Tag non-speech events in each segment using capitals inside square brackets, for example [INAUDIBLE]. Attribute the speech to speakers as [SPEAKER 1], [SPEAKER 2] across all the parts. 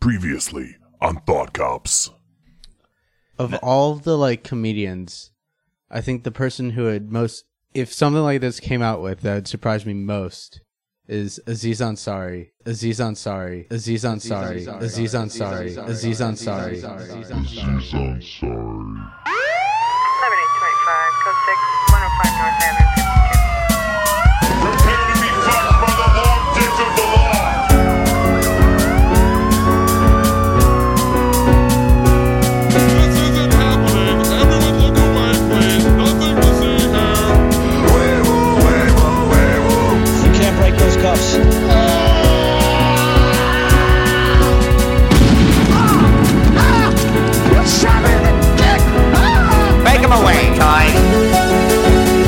[SPEAKER 1] Previously on Thought Cops.
[SPEAKER 2] of all the like comedians, I think the person who would most if something like this came out with that would surprise me most is Aziz Ansari. Aziz Ansari. Aziz Ansari. Aziz Ansari. Aziz Ansari.
[SPEAKER 3] Liberty 25, code 6, 105 North Avenue, 52.
[SPEAKER 4] Prepare to be fucked by the long dick of the law.
[SPEAKER 5] This isn't happening. Everyone look away, please. Nothing to see here.
[SPEAKER 6] You can't break those cuffs.
[SPEAKER 7] Break him away, Toy.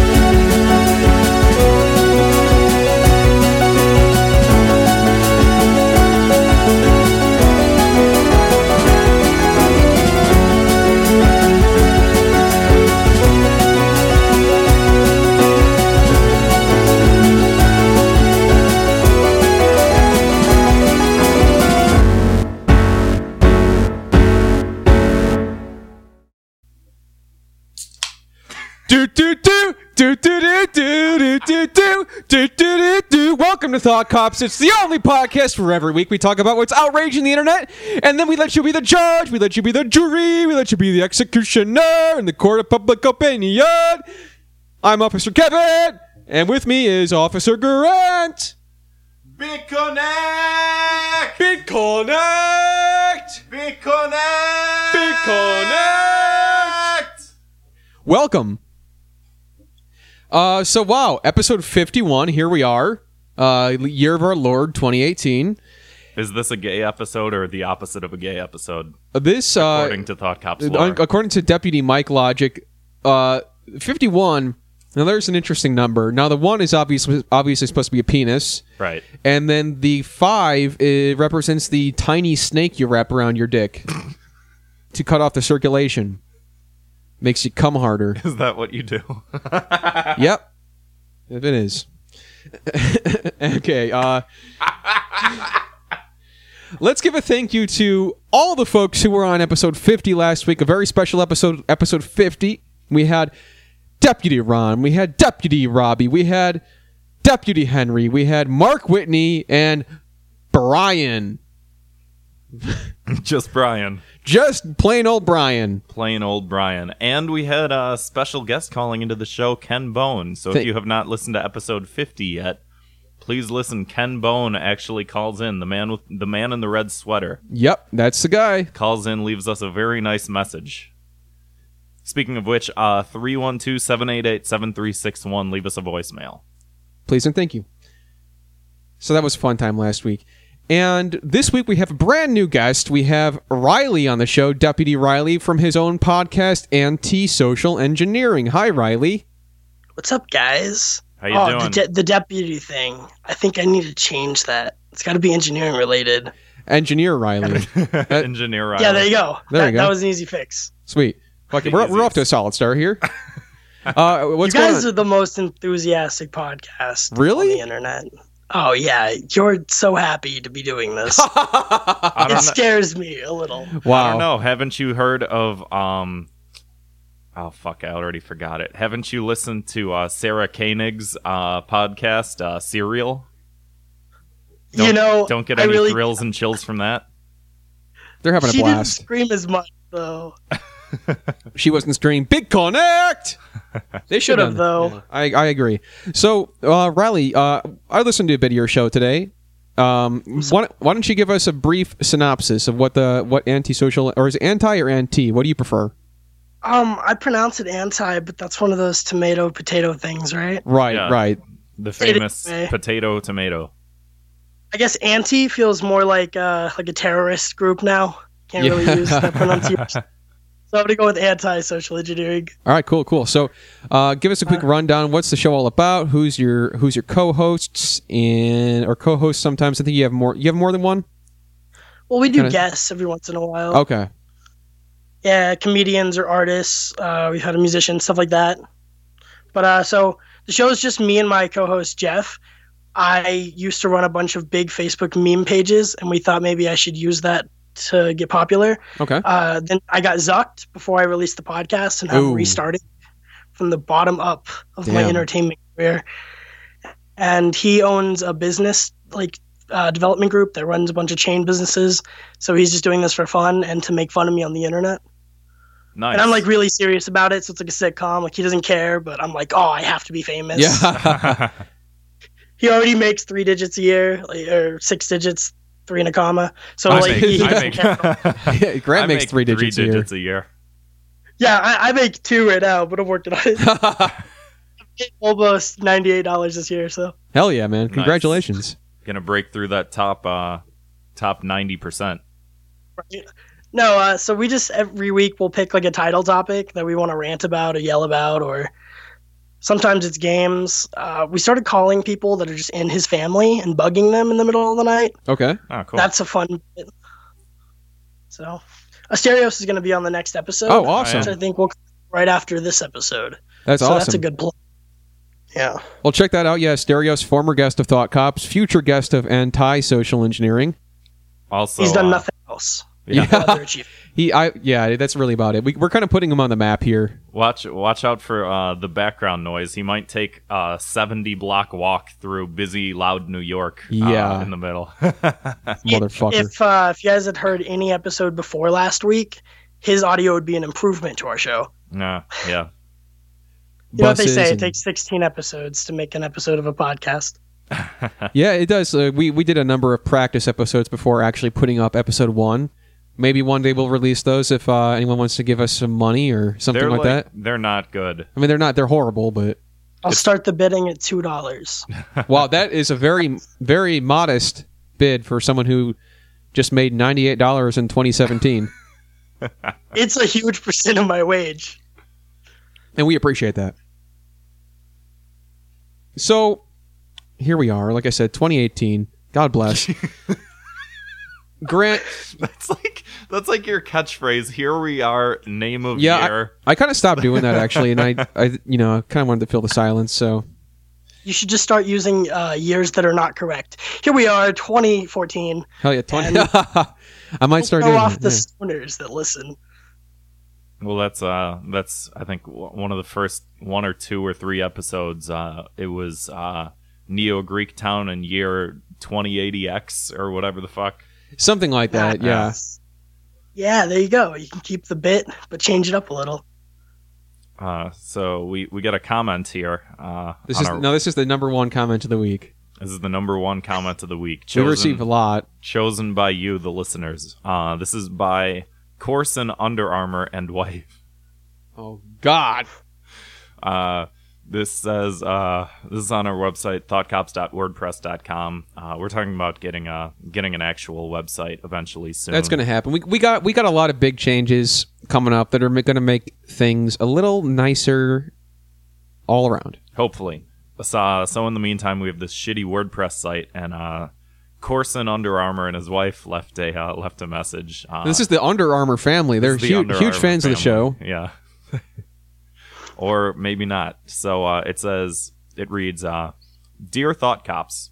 [SPEAKER 8] Do do do do do do do do do do do do do do. Welcome to Thought Cops. It's the only podcast where every week we talk about what's outraging the internet, and then we let you be the judge, we let you be the jury, we let you be the executioner in the court of public opinion. I'm Officer Kevin, and with me is Officer Grant. BitConnect! BitConnect! BitConnect! BitConnect! Welcome. Uh, so wow, episode fifty-one. Here we are, uh, year of our Lord, twenty eighteen.
[SPEAKER 9] Is this a gay episode or the opposite of a gay episode?
[SPEAKER 8] This, uh,
[SPEAKER 9] According to Thought Cops
[SPEAKER 8] un-
[SPEAKER 9] lore.
[SPEAKER 8] according to Deputy Mike Logic, uh, fifty-one. Now there's an interesting number. Now the one is obviously obviously supposed to be a penis,
[SPEAKER 9] Right.
[SPEAKER 8] and then the five it represents the tiny snake you wrap around your dick [LAUGHS] to cut off the circulation. Makes you come harder.
[SPEAKER 9] Is that what you do? [LAUGHS]
[SPEAKER 8] Yep. If it is. [LAUGHS] okay. Uh, let's give a thank you to all the folks who were on episode 50 last week. A very special episode, episode 50. We had Deputy Ron. We had Deputy Robbie. We had Deputy Henry. We had Mark Whitney and Brian.
[SPEAKER 9] Just Brian.
[SPEAKER 8] Just plain old Brian.
[SPEAKER 9] Plain old Brian. And we had a special guest calling into the show, Ken Bone. So
[SPEAKER 8] Thank-
[SPEAKER 9] if you have not listened to episode 50 yet, please listen. Ken Bone actually calls in, the man with the man in the red sweater.
[SPEAKER 8] Yep, that's the guy.
[SPEAKER 9] calls in, leaves us a very nice message. Speaking of which, uh 312 788 7361, leave us a voicemail.
[SPEAKER 8] please and thank you. So that was a fun time last week. And this week we have a brand new guest. We have Riley on the show, Deputy Riley from his own podcast, Anti Social Engineering. Hi, Riley.
[SPEAKER 10] What's up, guys?
[SPEAKER 9] How you
[SPEAKER 10] oh,
[SPEAKER 9] doing?
[SPEAKER 10] The, de- the deputy thing. I think I need to change that. It's got to be engineering related.
[SPEAKER 8] Engineer Riley.
[SPEAKER 9] Engineer Riley.
[SPEAKER 10] Yeah, there you go.
[SPEAKER 8] There
[SPEAKER 10] that,
[SPEAKER 8] you go.
[SPEAKER 10] that was an easy fix.
[SPEAKER 8] Sweet. Fucking, we're, we're off to a solid start here. Uh, what's
[SPEAKER 10] you
[SPEAKER 8] going
[SPEAKER 10] guys
[SPEAKER 8] on?
[SPEAKER 10] are the most enthusiastic podcast
[SPEAKER 8] Really?
[SPEAKER 10] on the internet. Oh yeah, you're so happy to be doing
[SPEAKER 8] [LAUGHS]
[SPEAKER 10] this. it scares me a little.
[SPEAKER 9] I don't
[SPEAKER 8] wow.
[SPEAKER 9] know. Haven't you heard of um? Oh fuck! I already forgot it. Haven't you listened to uh, Sarah Koenig's uh, podcast, uh, Serial?
[SPEAKER 10] you know,
[SPEAKER 9] don't get
[SPEAKER 10] I
[SPEAKER 9] any
[SPEAKER 10] really,
[SPEAKER 9] thrills and chills from that.
[SPEAKER 8] They're having a
[SPEAKER 10] She didn't
[SPEAKER 8] blast.
[SPEAKER 10] scream as much though.
[SPEAKER 8] She wasn't streaming
[SPEAKER 10] [LAUGHS]
[SPEAKER 8] Big Connect. They should
[SPEAKER 10] Should've,
[SPEAKER 8] have
[SPEAKER 10] though.
[SPEAKER 8] I, I agree. So uh, Riley, uh, I listened to a bit of your show today. Um, why, why don't you give us a brief synopsis of what the what antisocial or is it anti or anti? What do you prefer?
[SPEAKER 10] Um, I pronounce it anti, but that's one of those tomato potato things, right?
[SPEAKER 8] Right,
[SPEAKER 9] Yeah.
[SPEAKER 8] right.
[SPEAKER 9] The famous
[SPEAKER 10] Eh.
[SPEAKER 9] potato tomato.
[SPEAKER 10] I guess anti feels more like uh, like a terrorist group now. Can't
[SPEAKER 8] Yeah.
[SPEAKER 10] really use that
[SPEAKER 8] [LAUGHS]
[SPEAKER 10] pronunciation. so I'm gonna go with anti-social engineering.
[SPEAKER 8] All right, cool, cool. So, uh, give us a quick rundown. What's the show all about? Who's your who's your co-hosts and or co-hosts? Sometimes I think you have more. You have more than one.
[SPEAKER 10] Well, we do
[SPEAKER 8] Kinda-
[SPEAKER 10] guests every once in a while.
[SPEAKER 8] Okay,
[SPEAKER 10] Yeah, comedians or artists. Uh, we've had a musician, stuff like that. But uh, so the show is just me and my co-host Jeff. I used to run a bunch of big Facebook meme pages, and we thought maybe I should use that to get popular.
[SPEAKER 8] Okay.
[SPEAKER 10] Uh, then I got zucked before I released the podcast and
[SPEAKER 8] Ooh.
[SPEAKER 10] have restarted from the bottom up of my
[SPEAKER 8] Damn.
[SPEAKER 10] entertainment career. And he owns a business like uh, development group that runs a bunch of chain businesses. So he's just doing this for fun and to make fun of me on the internet.
[SPEAKER 9] Nice.
[SPEAKER 10] And I'm like really serious about it. So it's like a sitcom. Like he doesn't care, but I'm like, oh, I have to be
[SPEAKER 9] [LAUGHS]
[SPEAKER 10] famous. [LAUGHS]
[SPEAKER 8] Yeah.
[SPEAKER 10] He already makes three digits a year, like, or six digits, three and a comma. So
[SPEAKER 9] [LAUGHS] I
[SPEAKER 10] Oh, like
[SPEAKER 9] make,
[SPEAKER 10] he, he
[SPEAKER 9] I
[SPEAKER 10] doesn't
[SPEAKER 9] make-
[SPEAKER 10] care.
[SPEAKER 8] Yeah, [LAUGHS] Grant
[SPEAKER 9] I
[SPEAKER 8] makes
[SPEAKER 9] make
[SPEAKER 8] three digits,
[SPEAKER 9] three
[SPEAKER 8] a year.
[SPEAKER 9] digits a year.
[SPEAKER 10] Yeah, I, I make two right now, but I'm working on it.
[SPEAKER 8] [LAUGHS]
[SPEAKER 10] [LAUGHS] Almost ninety eight dollars this year, so
[SPEAKER 8] Hell yeah, man! Congratulations.
[SPEAKER 9] Gonna break through that top uh top ninety percent.
[SPEAKER 10] no, uh, so we just every week we'll pick like a title topic that we want to rant about or yell about or sometimes it's games. Uh, we started calling people that are just in his family and bugging them in the middle of the night.
[SPEAKER 8] Okay.
[SPEAKER 9] Oh, cool.
[SPEAKER 10] That's a fun bit. So Asterios is gonna be on the next episode.
[SPEAKER 8] Oh, awesome.
[SPEAKER 10] Which I think we'll right after this episode.
[SPEAKER 8] That's
[SPEAKER 10] so
[SPEAKER 8] awesome.
[SPEAKER 10] that's a good play. Yeah.
[SPEAKER 8] Well, check that out. Yeah, Stereos, former guest of Thought Cops, future guest of Anti Social Engineering.
[SPEAKER 9] also,
[SPEAKER 10] He's done
[SPEAKER 9] uh,
[SPEAKER 10] nothing
[SPEAKER 8] [LAUGHS]
[SPEAKER 10] else.
[SPEAKER 9] Yeah.
[SPEAKER 10] No other achievement.
[SPEAKER 8] He, I, yeah, that's really about it. We, we're kind of putting him on the map here.
[SPEAKER 9] Watch watch out for uh, the background noise. He might take a 70 block walk through busy, loud New York. uh,
[SPEAKER 8] Yeah.
[SPEAKER 9] in the middle. [LAUGHS]
[SPEAKER 8] Motherfucker.
[SPEAKER 10] If uh, if you guys had heard any episode before last week, his audio would be an improvement to our show.
[SPEAKER 9] yeah, yeah.
[SPEAKER 10] You know what they
[SPEAKER 8] Buses
[SPEAKER 10] say?
[SPEAKER 8] and-
[SPEAKER 10] It takes 16 episodes to make an episode of a podcast.
[SPEAKER 8] Yeah, it does. Uh, we, we did a number of practice episodes before actually putting up episode one. Maybe one day we'll release those if uh, anyone wants to give us some money or [LAUGHS] something
[SPEAKER 9] They're
[SPEAKER 8] like, that.
[SPEAKER 9] They're not good.
[SPEAKER 8] I mean, they're not, they're
[SPEAKER 10] [LAUGHS]
[SPEAKER 8] horrible, but
[SPEAKER 10] I'll start the bidding at two
[SPEAKER 8] [LAUGHS]
[SPEAKER 10] dollars.
[SPEAKER 8] wow, that is a very, very modest bid for someone who just made $98 in 2017.
[SPEAKER 10] It's a huge percent of my wage.
[SPEAKER 8] and we appreciate that. So here we are. Like I said, 2018.
[SPEAKER 10] [LAUGHS]
[SPEAKER 8] God bless. Grant,
[SPEAKER 9] [LAUGHS] That's like that's like your catchphrase. Here we are, name of
[SPEAKER 8] Yeah,
[SPEAKER 9] year.
[SPEAKER 8] I kind of stopped doing that actually,
[SPEAKER 10] [LAUGHS]
[SPEAKER 8] and I, I, you know, kind of wanted to fill the silence. So
[SPEAKER 10] You should just start using uh, years that are not correct. Here we are, 2014.
[SPEAKER 8] hell yeah, 20. [LAUGHS] I might start
[SPEAKER 10] Throw
[SPEAKER 8] doing
[SPEAKER 10] off
[SPEAKER 8] that,
[SPEAKER 10] the
[SPEAKER 8] yeah.
[SPEAKER 10] stoners that listen.
[SPEAKER 9] Well, that's uh, that's I think w- one of the first one or two or three episodes. Uh, it was uh, Neo Greek Town and year 2080X or whatever the fuck.
[SPEAKER 8] something like that. Yeah,
[SPEAKER 10] Yeah, there you go. You can keep the bit, but change it up a little.
[SPEAKER 9] Uh, so we we got a comment here. Uh,
[SPEAKER 8] this
[SPEAKER 9] on
[SPEAKER 8] is
[SPEAKER 9] our-
[SPEAKER 8] no, this is the number one comment of the week.
[SPEAKER 9] This is the number one comment of the week.
[SPEAKER 8] We receive
[SPEAKER 9] Chosen,
[SPEAKER 8] a lot.
[SPEAKER 9] chosen by you, the listeners. Uh, this is by Corson Under Armour and Wife.
[SPEAKER 8] Oh God.
[SPEAKER 9] Uh, this says uh, this is on our website, thoughtcops.wordpress.com. Uh, we're talking about getting a getting an actual website eventually soon.
[SPEAKER 8] That's going to happen. We, we got we got a lot of big changes coming up that are going to make things a little nicer all around.
[SPEAKER 9] hopefully. So, uh, so in the meantime, we have this shitty WordPress site, and uh, Corson Under Armour and his wife left a uh, left a message. Uh,
[SPEAKER 8] this is the Under Armour family. They're
[SPEAKER 9] This is the
[SPEAKER 8] huge,
[SPEAKER 9] Under
[SPEAKER 8] huge
[SPEAKER 9] Armour
[SPEAKER 8] fans of the show.
[SPEAKER 9] family. Yeah. [LAUGHS] or maybe not. So uh, it says, it reads, uh, Dear Thought Cops,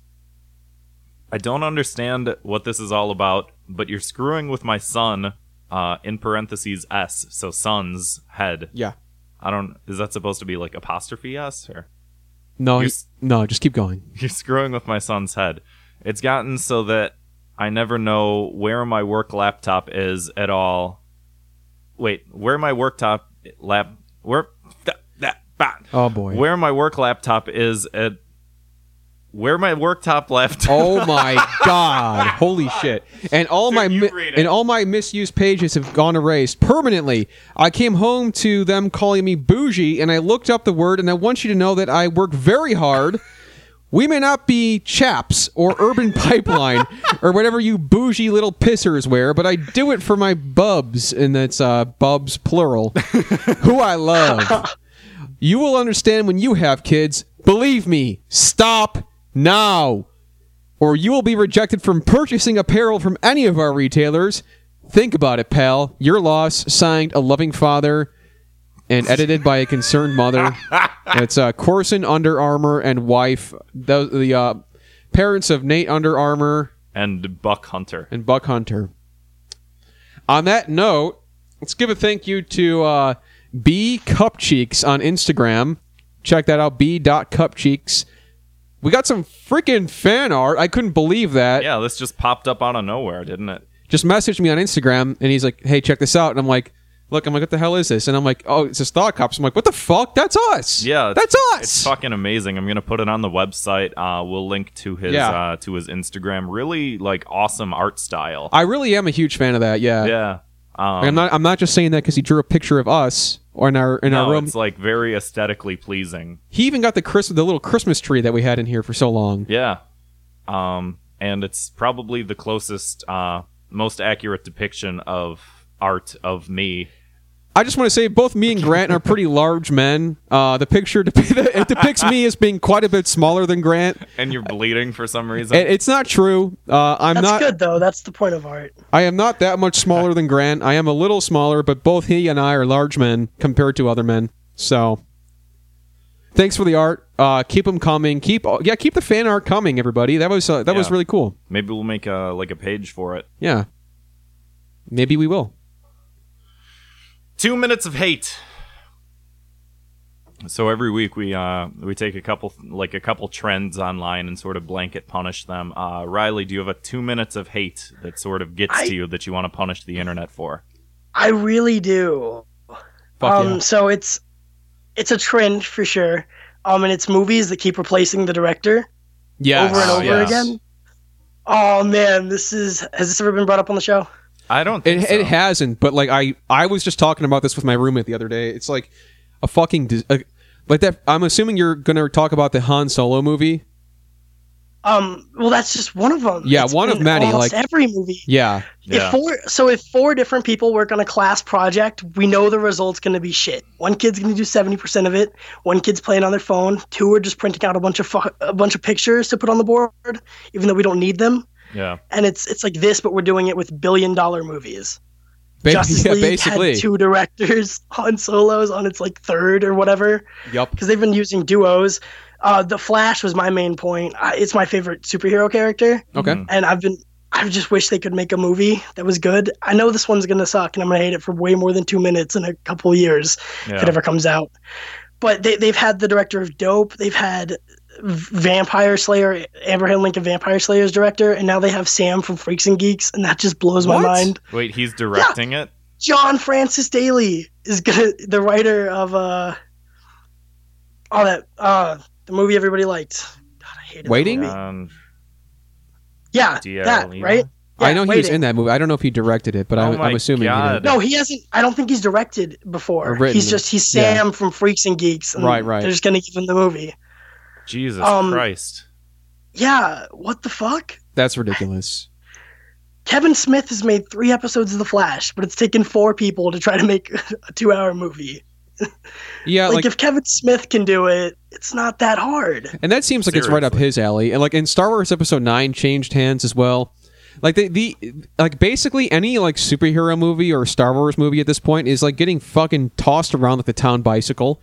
[SPEAKER 9] I don't understand what this is all about, but you're screwing with my son, uh, in parentheses S, so son's head.
[SPEAKER 8] Yeah.
[SPEAKER 9] I don't, is that supposed to be like apostrophe S or?
[SPEAKER 8] No,
[SPEAKER 9] You're
[SPEAKER 8] he-
[SPEAKER 9] s-
[SPEAKER 8] no, just keep going.
[SPEAKER 9] [LAUGHS] You're screwing with my son's head. It's gotten so that I never know where my work laptop is at all. Wait, where my work top lap where that that bah.
[SPEAKER 8] Oh boy.
[SPEAKER 9] where my work laptop is at where my work top left.
[SPEAKER 8] [LAUGHS] Oh my god. Holy shit. And all my
[SPEAKER 9] you
[SPEAKER 8] mi-
[SPEAKER 9] read it.
[SPEAKER 8] and all my misused pages have gone erased permanently. I came home to them calling me bougie and I looked up the word and I want you to know that I work very hard. We may not be chaps or urban [LAUGHS] pipeline or whatever you bougie little pissers wear, but I do it for my bubs and that's uh bubs plural [LAUGHS] who I love. You will understand when you have kids. Believe me, stop now or you will be rejected from purchasing apparel from any of our retailers. Think about it, pal. Your loss, signed a loving father and edited by a concerned mother. It's uh, Corson Under Armour and wife, the, the uh, parents of Nate Under Armour
[SPEAKER 9] [LAUGHS] And Buck Hunter.
[SPEAKER 8] and Buck Hunter. On that note, let's give a thank you to uh, B Cupcheeks on Instagram. Check that out, B.Cupcheeks. We got some freaking fan art. I couldn't believe that.
[SPEAKER 9] Yeah, this just popped up out of nowhere, didn't it?
[SPEAKER 8] Just messaged me on Instagram and he's like, hey, check this out. And I'm like, look, I'm like, what the hell is this? And I'm like, oh, it's just Thought Cops. I'm like, what the fuck? That's us.
[SPEAKER 9] Yeah, it's-
[SPEAKER 8] That's us.
[SPEAKER 9] It's fucking amazing. I'm gonna put it on the website. Uh, we'll link to his
[SPEAKER 8] Yeah.
[SPEAKER 9] uh, to his Instagram. Really like awesome art style.
[SPEAKER 8] I really am a huge fan of that. Yeah.
[SPEAKER 9] yeah, um,
[SPEAKER 8] Like, I'm not. I'm not just saying that because he drew a picture of us or in our in
[SPEAKER 9] no,
[SPEAKER 8] our room.
[SPEAKER 9] it's like very aesthetically pleasing.
[SPEAKER 8] he even got the Christmas, the little Christmas tree that we had in here for so long.
[SPEAKER 9] Yeah, um, and it's probably the closest, uh, most accurate depiction of art of me.
[SPEAKER 8] I just want to say both me and Grant are pretty large men. Uh, the picture dep- [LAUGHS] it depicts me as being quite a bit smaller than Grant.
[SPEAKER 9] And you're bleeding for some reason.
[SPEAKER 8] It, it's not true. Uh, I'm
[SPEAKER 10] That's
[SPEAKER 8] not.
[SPEAKER 10] good though. That's the point of art.
[SPEAKER 8] I am not that much smaller than Grant. I am a little smaller, but both he and I are large men compared to other men. So, thanks for the art. Uh, keep them coming. Keep uh, yeah, keep the fan art coming, everybody. That was uh, that was
[SPEAKER 9] Yeah.
[SPEAKER 8] really cool.
[SPEAKER 9] Maybe we'll make a like a page for it.
[SPEAKER 8] Yeah, maybe we will.
[SPEAKER 9] Two minutes of hate. So every week we uh, we take a couple like a couple trends online and sort of blanket punish them. Uh, Riley, do you have a two minutes of hate that sort of gets
[SPEAKER 10] I-
[SPEAKER 9] to you that you want to punish the internet for?
[SPEAKER 10] I really do.
[SPEAKER 8] Fuck
[SPEAKER 10] um,
[SPEAKER 8] yeah.
[SPEAKER 10] so it's it's a trend for sure. Um, and it's movies that keep replacing the director
[SPEAKER 8] Yes.
[SPEAKER 10] over and
[SPEAKER 9] Oh,
[SPEAKER 10] over
[SPEAKER 9] yes.
[SPEAKER 10] again. Oh man, this is has this ever been brought up on the show?
[SPEAKER 9] I don't.
[SPEAKER 8] It,
[SPEAKER 9] Think so.
[SPEAKER 8] it hasn't, but like I I was just talking about this with my roommate the other day. It's like a fucking dis- uh, like that. I'm assuming you're gonna talk about the Han Solo movie.
[SPEAKER 10] Um, well, that's just one of them.
[SPEAKER 8] Yeah, one of
[SPEAKER 10] been
[SPEAKER 8] many,
[SPEAKER 10] almost
[SPEAKER 8] like-
[SPEAKER 10] every movie.
[SPEAKER 8] Yeah,
[SPEAKER 9] Yeah.
[SPEAKER 10] If four, so if four different people work on a class project, we know the result's going to be shit. One kid's going to do seventy percent of it. One kid's playing on their phone. Two are just printing out a bunch of fu- a bunch of pictures to put on the board, even though we don't need them.
[SPEAKER 9] Yeah.
[SPEAKER 10] And it's it's like this, but we're doing it with billion dollar movies.
[SPEAKER 8] Ba- [LAUGHS]
[SPEAKER 10] Justice
[SPEAKER 8] yeah,
[SPEAKER 10] League
[SPEAKER 8] basically.
[SPEAKER 10] had two directors [LAUGHS] on solos on its like third or whatever
[SPEAKER 8] Yup.
[SPEAKER 10] because they've been using duos. Uh, the Flash was my main point. I, it's my favorite superhero character,
[SPEAKER 8] Okay.
[SPEAKER 10] and I've been I just wish they could make a movie that was good. I know this one's gonna suck, and I'm gonna hate it for way more than two minutes in a couple years if it
[SPEAKER 9] Yeah.
[SPEAKER 10] ever comes out. But they they've had the director of Dope, they've had V- Vampire Slayer, Abraham Lincoln Vampire Slayer's director, and now they have Sam from Freaks and Geeks, and that just blows
[SPEAKER 8] What?
[SPEAKER 10] my mind.
[SPEAKER 9] Wait, he's directing it.
[SPEAKER 10] John Francis Daly is gonna the writer of uh all that uh the movie everybody liked. God, I hated that
[SPEAKER 8] Waiting?
[SPEAKER 10] movie.
[SPEAKER 9] Um,
[SPEAKER 10] Yeah,
[SPEAKER 9] DL,
[SPEAKER 10] that
[SPEAKER 9] yeah.
[SPEAKER 10] right.
[SPEAKER 8] I
[SPEAKER 10] Yeah,
[SPEAKER 8] know he was
[SPEAKER 10] Waiting.
[SPEAKER 8] in that movie. I don't know if he directed it, but
[SPEAKER 9] Oh
[SPEAKER 8] I'm,
[SPEAKER 9] my
[SPEAKER 8] I'm assuming he
[SPEAKER 9] God.
[SPEAKER 8] did.
[SPEAKER 10] No, he hasn't. I don't think he's directed before.
[SPEAKER 8] Or written.
[SPEAKER 10] He's just he's
[SPEAKER 8] Yeah.
[SPEAKER 10] Sam from Freaks and Geeks. And
[SPEAKER 8] Right, right.
[SPEAKER 10] They're just gonna give him the movie.
[SPEAKER 9] Jesus
[SPEAKER 10] Um,
[SPEAKER 9] Christ.
[SPEAKER 10] Yeah, what the fuck?
[SPEAKER 8] That's ridiculous.
[SPEAKER 10] Kevin Smith has made three episodes of The Flash, but it's taken four people to try to make [LAUGHS] a two-hour movie.
[SPEAKER 8] Yeah,
[SPEAKER 10] like,
[SPEAKER 8] like,
[SPEAKER 10] if Kevin Smith can do it, it's not that hard.
[SPEAKER 8] and that seems like it's right up
[SPEAKER 9] Seriously.
[SPEAKER 8] his alley. And like in Star Wars Episode Nine, changed hands as well. Like the the like basically any like superhero movie or Star Wars movie at this point is like getting fucking tossed around like the town bicycle,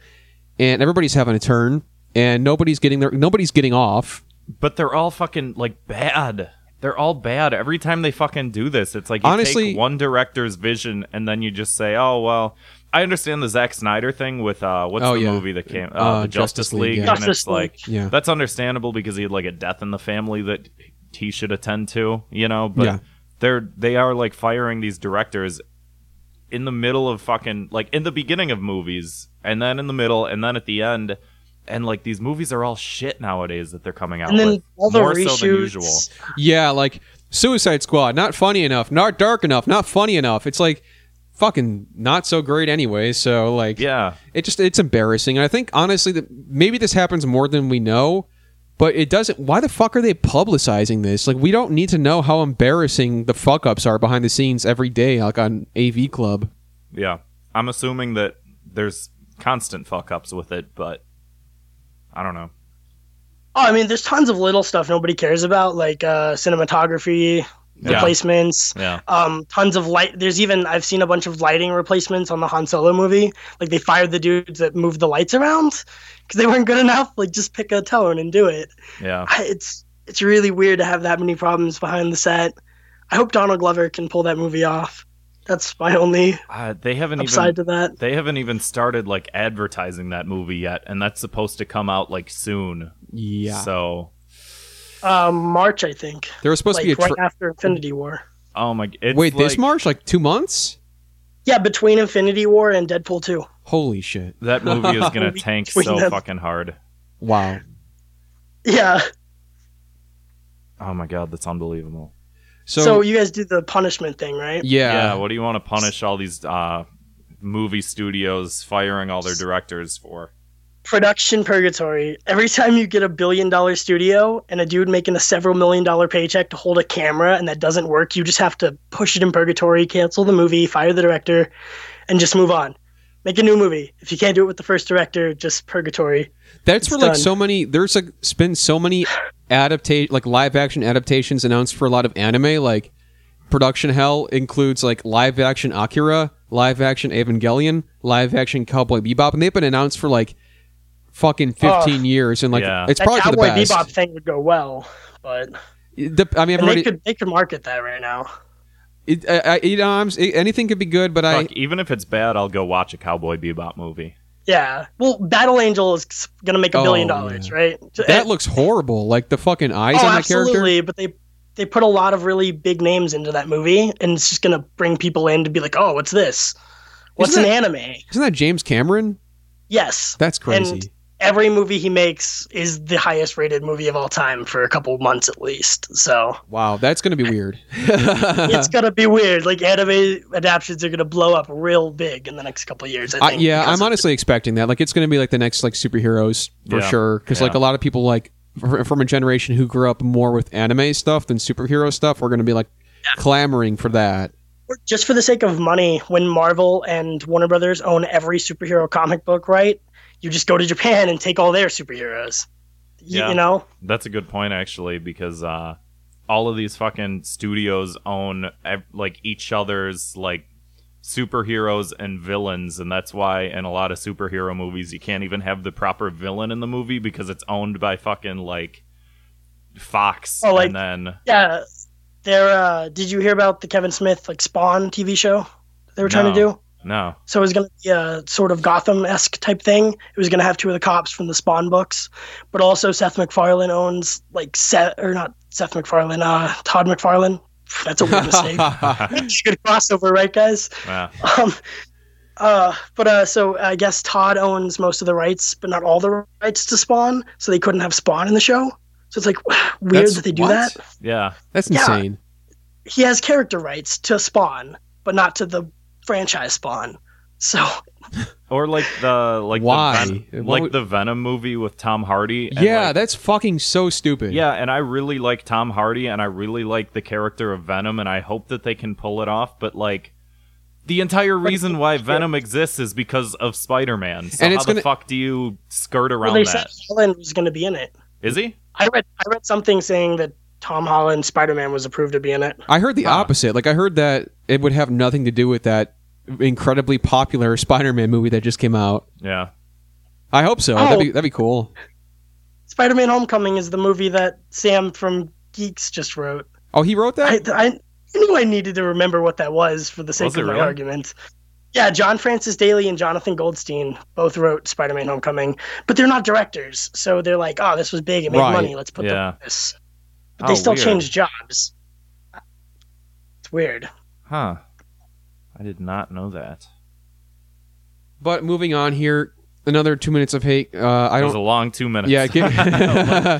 [SPEAKER 8] and everybody's having a turn, and nobody's getting their nobody's getting off.
[SPEAKER 9] But they're all fucking like bad. They're all bad. Every time they fucking do this, it's like you
[SPEAKER 8] Honestly-
[SPEAKER 9] take one director's vision and then you just say, "Oh well." I understand the Zack Snyder thing with uh, what's
[SPEAKER 8] Oh,
[SPEAKER 9] the
[SPEAKER 8] yeah.
[SPEAKER 9] movie that came, uh,
[SPEAKER 8] Uh,
[SPEAKER 9] the Justice,
[SPEAKER 8] Justice League,
[SPEAKER 9] League,
[SPEAKER 8] yeah.
[SPEAKER 9] and it's
[SPEAKER 10] Justice
[SPEAKER 9] like
[SPEAKER 10] League.
[SPEAKER 8] Yeah.
[SPEAKER 9] that's understandable because he had like a death in the family that he should attend to, you know. But
[SPEAKER 8] Yeah.
[SPEAKER 9] they're they are like firing these directors in the middle of fucking like in the beginning of movies, and then in the middle, and then at the end, and like these movies are all shit nowadays that they're coming out
[SPEAKER 10] And then
[SPEAKER 9] with
[SPEAKER 10] all the
[SPEAKER 9] more
[SPEAKER 10] reshoots.
[SPEAKER 9] so than usual.
[SPEAKER 8] Yeah, like Suicide Squad, not funny enough, not dark enough, not funny enough. It's like fucking not so great anyway. So like
[SPEAKER 9] Yeah,
[SPEAKER 8] it just it's embarrassing and i think honestly that maybe this happens more than we know but it doesn't why the fuck are they publicizing this like we don't need to know how embarrassing the fuck ups are behind the scenes every day like on av club
[SPEAKER 9] yeah. I'm assuming that there's constant fuck ups with it, but I don't know.
[SPEAKER 10] Oh, I mean, there's tons of little stuff nobody cares about, like uh, cinematography
[SPEAKER 9] Yeah.
[SPEAKER 10] replacements.
[SPEAKER 9] Yeah,
[SPEAKER 10] Um, tons of light. There's even I've seen a bunch of lighting replacements on the Han Solo movie. Like they fired the dudes that moved the lights around because they weren't good enough. Like just pick a tone and do it.
[SPEAKER 9] yeah.
[SPEAKER 10] I, it's it's really weird to have that many problems behind the set. I hope Donald Glover can pull that movie off. That's my only
[SPEAKER 9] Uh, they haven't even
[SPEAKER 10] upside to that.
[SPEAKER 9] they haven't even started like advertising that movie yet, and that's supposed to come out like soon.
[SPEAKER 8] Yeah.
[SPEAKER 9] So,
[SPEAKER 10] Um, March, I think,
[SPEAKER 8] there was supposed
[SPEAKER 10] like
[SPEAKER 8] to be a.
[SPEAKER 10] right
[SPEAKER 8] Tra-
[SPEAKER 10] after Infinity War.
[SPEAKER 9] oh my! It's
[SPEAKER 8] Wait, this
[SPEAKER 9] like-
[SPEAKER 8] March? Like two months?
[SPEAKER 10] Yeah, between Infinity War and Deadpool two.
[SPEAKER 8] Holy shit.
[SPEAKER 9] that movie is gonna tank
[SPEAKER 10] Between
[SPEAKER 9] so
[SPEAKER 10] them.
[SPEAKER 9] fucking hard.
[SPEAKER 8] Wow.
[SPEAKER 10] Yeah.
[SPEAKER 9] Oh my god, that's unbelievable.
[SPEAKER 8] So,
[SPEAKER 10] So, you guys do the punishment thing, right?
[SPEAKER 8] yeah.
[SPEAKER 9] yeah, what do you want to punish all these uh, movie studios firing all their directors for?
[SPEAKER 10] Production purgatory. Every time you get a billion dollar studio and a dude making a several million dollar paycheck to hold a camera and that doesn't work, you just have to push it in purgatory, cancel the movie, fire the director, and just move on. Make a new movie. If you can't do it with the first director, just purgatory.
[SPEAKER 8] That's
[SPEAKER 10] It's
[SPEAKER 8] where like
[SPEAKER 10] done.
[SPEAKER 8] so many there's like been so many adaptation like live action adaptations announced for a lot of anime like production hell includes like live action Akira, live action Evangelion, live action Cowboy Bebop and they've been announced for like fucking 15 years and like
[SPEAKER 9] Yeah.
[SPEAKER 8] it's
[SPEAKER 10] That
[SPEAKER 8] probably for the
[SPEAKER 10] Cowboy
[SPEAKER 8] best.
[SPEAKER 10] Bebop thing would go well, but
[SPEAKER 8] The- I mean I've
[SPEAKER 10] and
[SPEAKER 8] already
[SPEAKER 10] they could they could market that right now.
[SPEAKER 8] it, I, I, you know, I'm, s- anything could be good but I
[SPEAKER 9] Fuck, even if it's bad, I'll go watch a Cowboy Bebop movie.
[SPEAKER 10] Yeah. Well, Battle Angel is gonna make a
[SPEAKER 8] Oh,
[SPEAKER 10] billion dollars,
[SPEAKER 8] yeah.
[SPEAKER 10] right?
[SPEAKER 8] that looks horrible like the fucking eyes on that character.
[SPEAKER 10] Oh, absolutely. But they they put a lot of really big names into that movie, and it's just gonna bring people in to be like, oh, what's this? What's
[SPEAKER 8] Isn't
[SPEAKER 10] an
[SPEAKER 8] that-
[SPEAKER 10] anime?
[SPEAKER 8] Isn't that James Cameron?
[SPEAKER 10] Yes.
[SPEAKER 8] That's crazy.
[SPEAKER 10] And every movie he makes is the highest rated movie of all time for a couple months at least. So
[SPEAKER 8] wow, that's going to be weird.
[SPEAKER 10] [LAUGHS]
[SPEAKER 8] Uh-huh.
[SPEAKER 10] it's gonna be weird. Like anime adaptions are gonna blow up real big in the next couple years. I
[SPEAKER 8] I,
[SPEAKER 10] think.
[SPEAKER 8] yeah,
[SPEAKER 10] because
[SPEAKER 8] I'm
[SPEAKER 10] of-
[SPEAKER 8] honestly expecting that. Like, it's going to be like the next like superheroes for
[SPEAKER 9] Yeah.
[SPEAKER 8] sure. Because like
[SPEAKER 9] Yeah.
[SPEAKER 8] a lot of people like fr- from a generation who grew up more with anime stuff than superhero stuff, we're going to be like clamoring for that.
[SPEAKER 10] just for the sake of money, when Marvel and Warner Brothers own every superhero comic book, right? You just go to Japan and take all their superheroes. Y-
[SPEAKER 9] Yeah.
[SPEAKER 10] You know?
[SPEAKER 9] That's a good point actually, because uh, all of these fucking studios own ev- like each other's like superheroes and villains, and that's why in a lot of superhero movies you can't even have the proper villain in the movie because it's owned by fucking like Fox,
[SPEAKER 10] Oh, like-
[SPEAKER 9] and then
[SPEAKER 10] Yeah. They're, uh, did you hear about the Kevin Smith like Spawn TV show that they were trying to
[SPEAKER 9] No.
[SPEAKER 10] do?
[SPEAKER 9] no,
[SPEAKER 10] So it was going to be a sort of Gotham esque type thing. It was going to have two of the cops from the Spawn books, but also Seth MacFarlane owns like Seth or not Seth MacFarlane, uh, Todd MacFarlane. [LAUGHS] That's a weird
[SPEAKER 8] [LAUGHS]
[SPEAKER 10] mistake. Good crossover, right, guys?
[SPEAKER 9] yeah,
[SPEAKER 10] Um, uh, but uh, so I guess Todd owns most of the rights, but not all the rights to Spawn, so they couldn't have Spawn in the show. So it's like [SIGHS] weird
[SPEAKER 8] That's-
[SPEAKER 10] that they do
[SPEAKER 8] what?
[SPEAKER 10] that.
[SPEAKER 9] yeah.
[SPEAKER 8] That's
[SPEAKER 10] Yeah.
[SPEAKER 8] insane.
[SPEAKER 10] He has character rights to Spawn, but not to the franchise Spawn. So
[SPEAKER 9] Or like the like
[SPEAKER 8] Why?
[SPEAKER 9] the Ven-
[SPEAKER 8] What
[SPEAKER 9] like
[SPEAKER 8] would-
[SPEAKER 9] the Venom movie with Tom Hardy. and,
[SPEAKER 8] yeah,
[SPEAKER 9] like,
[SPEAKER 8] that's fucking so stupid.
[SPEAKER 9] yeah, and I really like Tom Hardy, and I really like the character of Venom, and I hope that they can pull it off. But like, the entire reason why Venom exists is because of Spider-Man. So
[SPEAKER 8] And it's
[SPEAKER 9] how the
[SPEAKER 8] gonna-
[SPEAKER 9] fuck do you skirt
[SPEAKER 10] well,
[SPEAKER 9] around
[SPEAKER 10] they said
[SPEAKER 9] that?
[SPEAKER 10] Holland was going to be in it.
[SPEAKER 9] Is he?
[SPEAKER 10] I read I read something saying that Tom Holland Spider Man was approved to be in it.
[SPEAKER 8] I heard the
[SPEAKER 9] Huh.
[SPEAKER 8] opposite. Like, I heard that it would have nothing to do with that incredibly popular Spider-Man movie that just came out.
[SPEAKER 9] Yeah.
[SPEAKER 8] I hope so. That'd
[SPEAKER 10] Oh.
[SPEAKER 8] be that'd be cool.
[SPEAKER 10] Spider Man Homecoming is the movie that Sam from Geeks just wrote.
[SPEAKER 8] Oh, he wrote that.
[SPEAKER 10] I, I knew I needed to remember what that was for the sake
[SPEAKER 9] Was it
[SPEAKER 10] of my
[SPEAKER 9] really?
[SPEAKER 10] argument. Yeah, John Francis Daly and Jonathan Goldstein both wrote Spider-Man: Homecoming, but they're not directors, so they're like, "Oh, this was big; it made
[SPEAKER 8] Right,
[SPEAKER 10] money. Let's put them
[SPEAKER 9] yeah.
[SPEAKER 10] on this." But
[SPEAKER 9] Oh,
[SPEAKER 10] they still
[SPEAKER 9] weird.
[SPEAKER 10] change jobs. It's weird.
[SPEAKER 9] Huh. I did not know that.
[SPEAKER 8] but moving on here, another two minutes of hate. Uh, I
[SPEAKER 9] It was
[SPEAKER 8] don't.
[SPEAKER 9] a long two minutes. [LAUGHS]
[SPEAKER 8] Yeah. Get,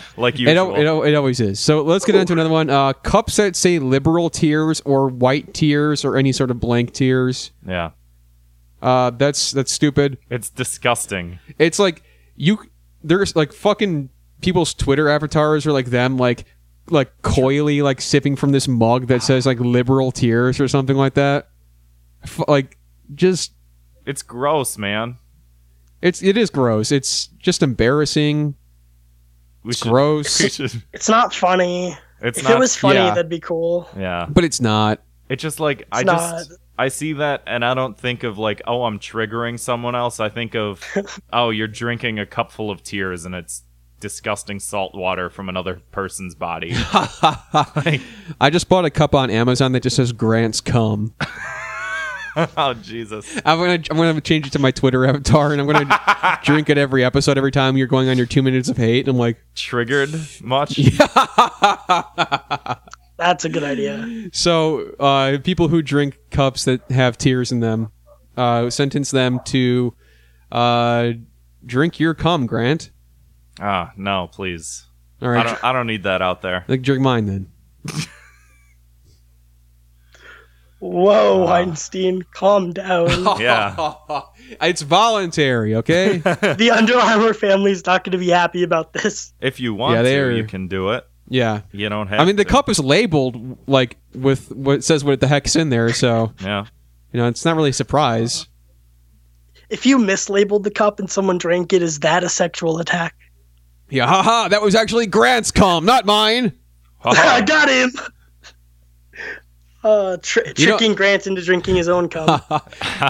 [SPEAKER 8] [LAUGHS]
[SPEAKER 9] like
[SPEAKER 8] It,
[SPEAKER 9] usual.
[SPEAKER 8] al- it, al- it always is. So let's get on to another one. Uh, cups that say liberal tears or white tears or any sort of blank tears.
[SPEAKER 9] yeah.
[SPEAKER 8] Uh, that's that's stupid.
[SPEAKER 9] It's disgusting.
[SPEAKER 8] It's like you. There's like fucking people's Twitter avatars or like them like like coyly like sipping from this mug that says like liberal tears or something like that. F- like just
[SPEAKER 9] It's gross, man.
[SPEAKER 8] it's it is gross. It's just embarrassing.
[SPEAKER 9] We
[SPEAKER 8] It's
[SPEAKER 9] should- [LAUGHS]
[SPEAKER 8] gross.
[SPEAKER 9] we should-
[SPEAKER 10] It's not funny.
[SPEAKER 9] it's
[SPEAKER 10] if
[SPEAKER 9] not.
[SPEAKER 10] it was funny,
[SPEAKER 8] yeah.
[SPEAKER 10] that'd be cool.
[SPEAKER 9] yeah.
[SPEAKER 8] but it's not.
[SPEAKER 9] It's just like I
[SPEAKER 10] not-
[SPEAKER 9] just I see that and I don't think of like oh I'm triggering someone else. I think of oh you're drinking a cupful of tears and it's disgusting salt water from another person's body. [LAUGHS]
[SPEAKER 8] [LAUGHS] I just bought a cup on Amazon that just says Grant's cum.
[SPEAKER 9] oh Jesus!
[SPEAKER 8] I'm gonna I'm gonna change it to my Twitter avatar, and
[SPEAKER 9] [LAUGHS]
[SPEAKER 8] I'm gonna drink it every episode. Every time you're going on your two minutes of hate, and I'm like,
[SPEAKER 9] Triggered much?
[SPEAKER 10] That's a good idea.
[SPEAKER 8] so uh, people who drink cups that have tears in them, uh, sentence them to uh, drink your cum, Grant.
[SPEAKER 9] Ah, no, please.
[SPEAKER 8] All
[SPEAKER 9] I
[SPEAKER 8] right,
[SPEAKER 9] don't. I don't need that out there.
[SPEAKER 8] like drink mine then.
[SPEAKER 10] Whoa, Weinstein, calm
[SPEAKER 9] [LAUGHS] [LAUGHS]
[SPEAKER 10] down. [LAUGHS]
[SPEAKER 9] Yeah.
[SPEAKER 8] [LAUGHS] it's
[SPEAKER 9] [LAUGHS]
[SPEAKER 8] voluntary, okay?
[SPEAKER 10] the Under Armour family's not going to be happy about this.
[SPEAKER 9] If you want
[SPEAKER 8] Yeah, they're-
[SPEAKER 9] to, you can do it.
[SPEAKER 8] yeah.
[SPEAKER 9] You don't have.
[SPEAKER 8] I mean, the
[SPEAKER 9] to.
[SPEAKER 8] cup is labeled like with what it says what the heck's in there, so [LAUGHS]
[SPEAKER 9] Yeah.
[SPEAKER 8] you know it's not really a surprise.
[SPEAKER 10] If you mislabeled the cup and someone drank it, is that a sexual attack?
[SPEAKER 8] Yeah, haha, that was actually Grant's cum, not mine.
[SPEAKER 10] [LAUGHS] I
[SPEAKER 9] Oh,
[SPEAKER 10] got him. Uh, tr-
[SPEAKER 8] You know-
[SPEAKER 10] tricking Grant into drinking his own cup.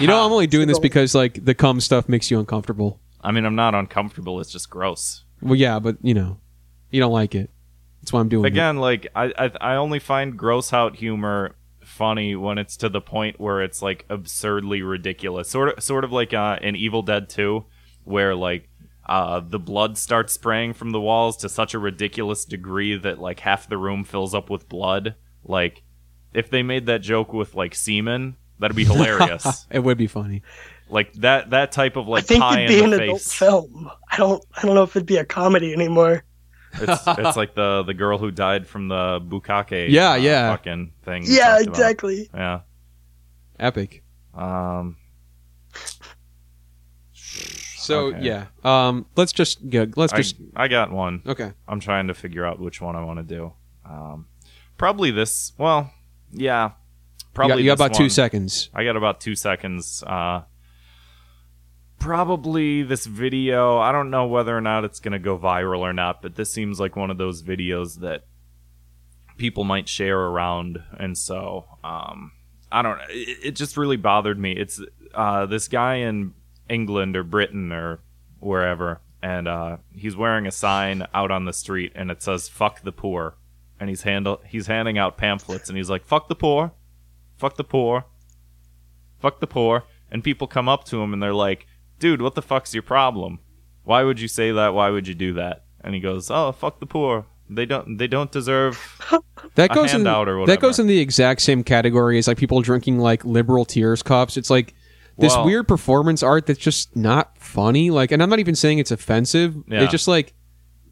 [SPEAKER 8] You know, I'm only doing this because like the cum stuff makes you uncomfortable.
[SPEAKER 9] I mean, I'm not uncomfortable. It's just gross.
[SPEAKER 8] Well, yeah, but you know, you don't like it. That's why I'm doing [LAUGHS]
[SPEAKER 9] Again, like I, I, I only find gross out humor funny when it's to the point where it's like absurdly ridiculous. Sort of, sort of like uh, in Evil Dead Two, where like uh, the blood starts spraying from the walls to such a ridiculous degree that like half the room fills up with blood. Like, if they made that joke with like semen, that'd be
[SPEAKER 8] [LAUGHS]
[SPEAKER 9] hilarious.
[SPEAKER 8] it. It would be funny.
[SPEAKER 9] like that, that type of [LAUGHS]
[SPEAKER 10] I
[SPEAKER 9] like
[SPEAKER 10] think
[SPEAKER 9] pie
[SPEAKER 10] it'd
[SPEAKER 9] in
[SPEAKER 10] be an
[SPEAKER 9] the
[SPEAKER 10] adult
[SPEAKER 9] face.
[SPEAKER 10] film. I don't. I don't know if it'd be a comedy anymore.
[SPEAKER 9] It's, it's like the the girl who died from the bukake.
[SPEAKER 8] [LAUGHS] Yeah,
[SPEAKER 9] uh,
[SPEAKER 8] yeah.
[SPEAKER 9] Fucking thing. we
[SPEAKER 10] Yeah,
[SPEAKER 9] Mm, talked about.
[SPEAKER 10] exactly.
[SPEAKER 9] Yeah.
[SPEAKER 8] Epic.
[SPEAKER 9] Um,
[SPEAKER 8] So
[SPEAKER 9] Okay.
[SPEAKER 8] yeah, um, let's just go. Let's
[SPEAKER 9] I,
[SPEAKER 8] just
[SPEAKER 9] I got one.
[SPEAKER 8] okay.
[SPEAKER 9] I'm trying to figure out which one I want to do. Um, probably this. Well, yeah.
[SPEAKER 8] You
[SPEAKER 9] Probably
[SPEAKER 8] got, you got
[SPEAKER 9] this
[SPEAKER 8] about two
[SPEAKER 9] one.
[SPEAKER 8] seconds.
[SPEAKER 9] I got about two seconds. Uh, probably this video. I don't know whether or not it's going to go viral or not, but this seems like one of those videos that people might share around. And so, um, I don't It, it just really bothered me. It's uh, this guy in England or Britain or wherever, and uh, he's wearing a sign out on the street, and it says "fuck the poor," and he's handle he's handing out pamphlets, and he's like "fuck the poor, fuck the poor, fuck the poor," and people come up to him and they're like, "Dude, what the fuck's your problem? Why would you say that? Why would you do that?" And he goes, "Oh, fuck the poor. They don't they don't deserve."
[SPEAKER 8] That
[SPEAKER 9] A
[SPEAKER 8] goes in.
[SPEAKER 9] handout or
[SPEAKER 8] That goes
[SPEAKER 9] whatever.
[SPEAKER 8] in the exact same category as like people drinking like liberal tears cups. It's like this
[SPEAKER 9] Well-
[SPEAKER 8] weird performance art that's just not funny. Like, and I'm not even saying it's offensive.
[SPEAKER 9] Yeah.
[SPEAKER 8] It's just like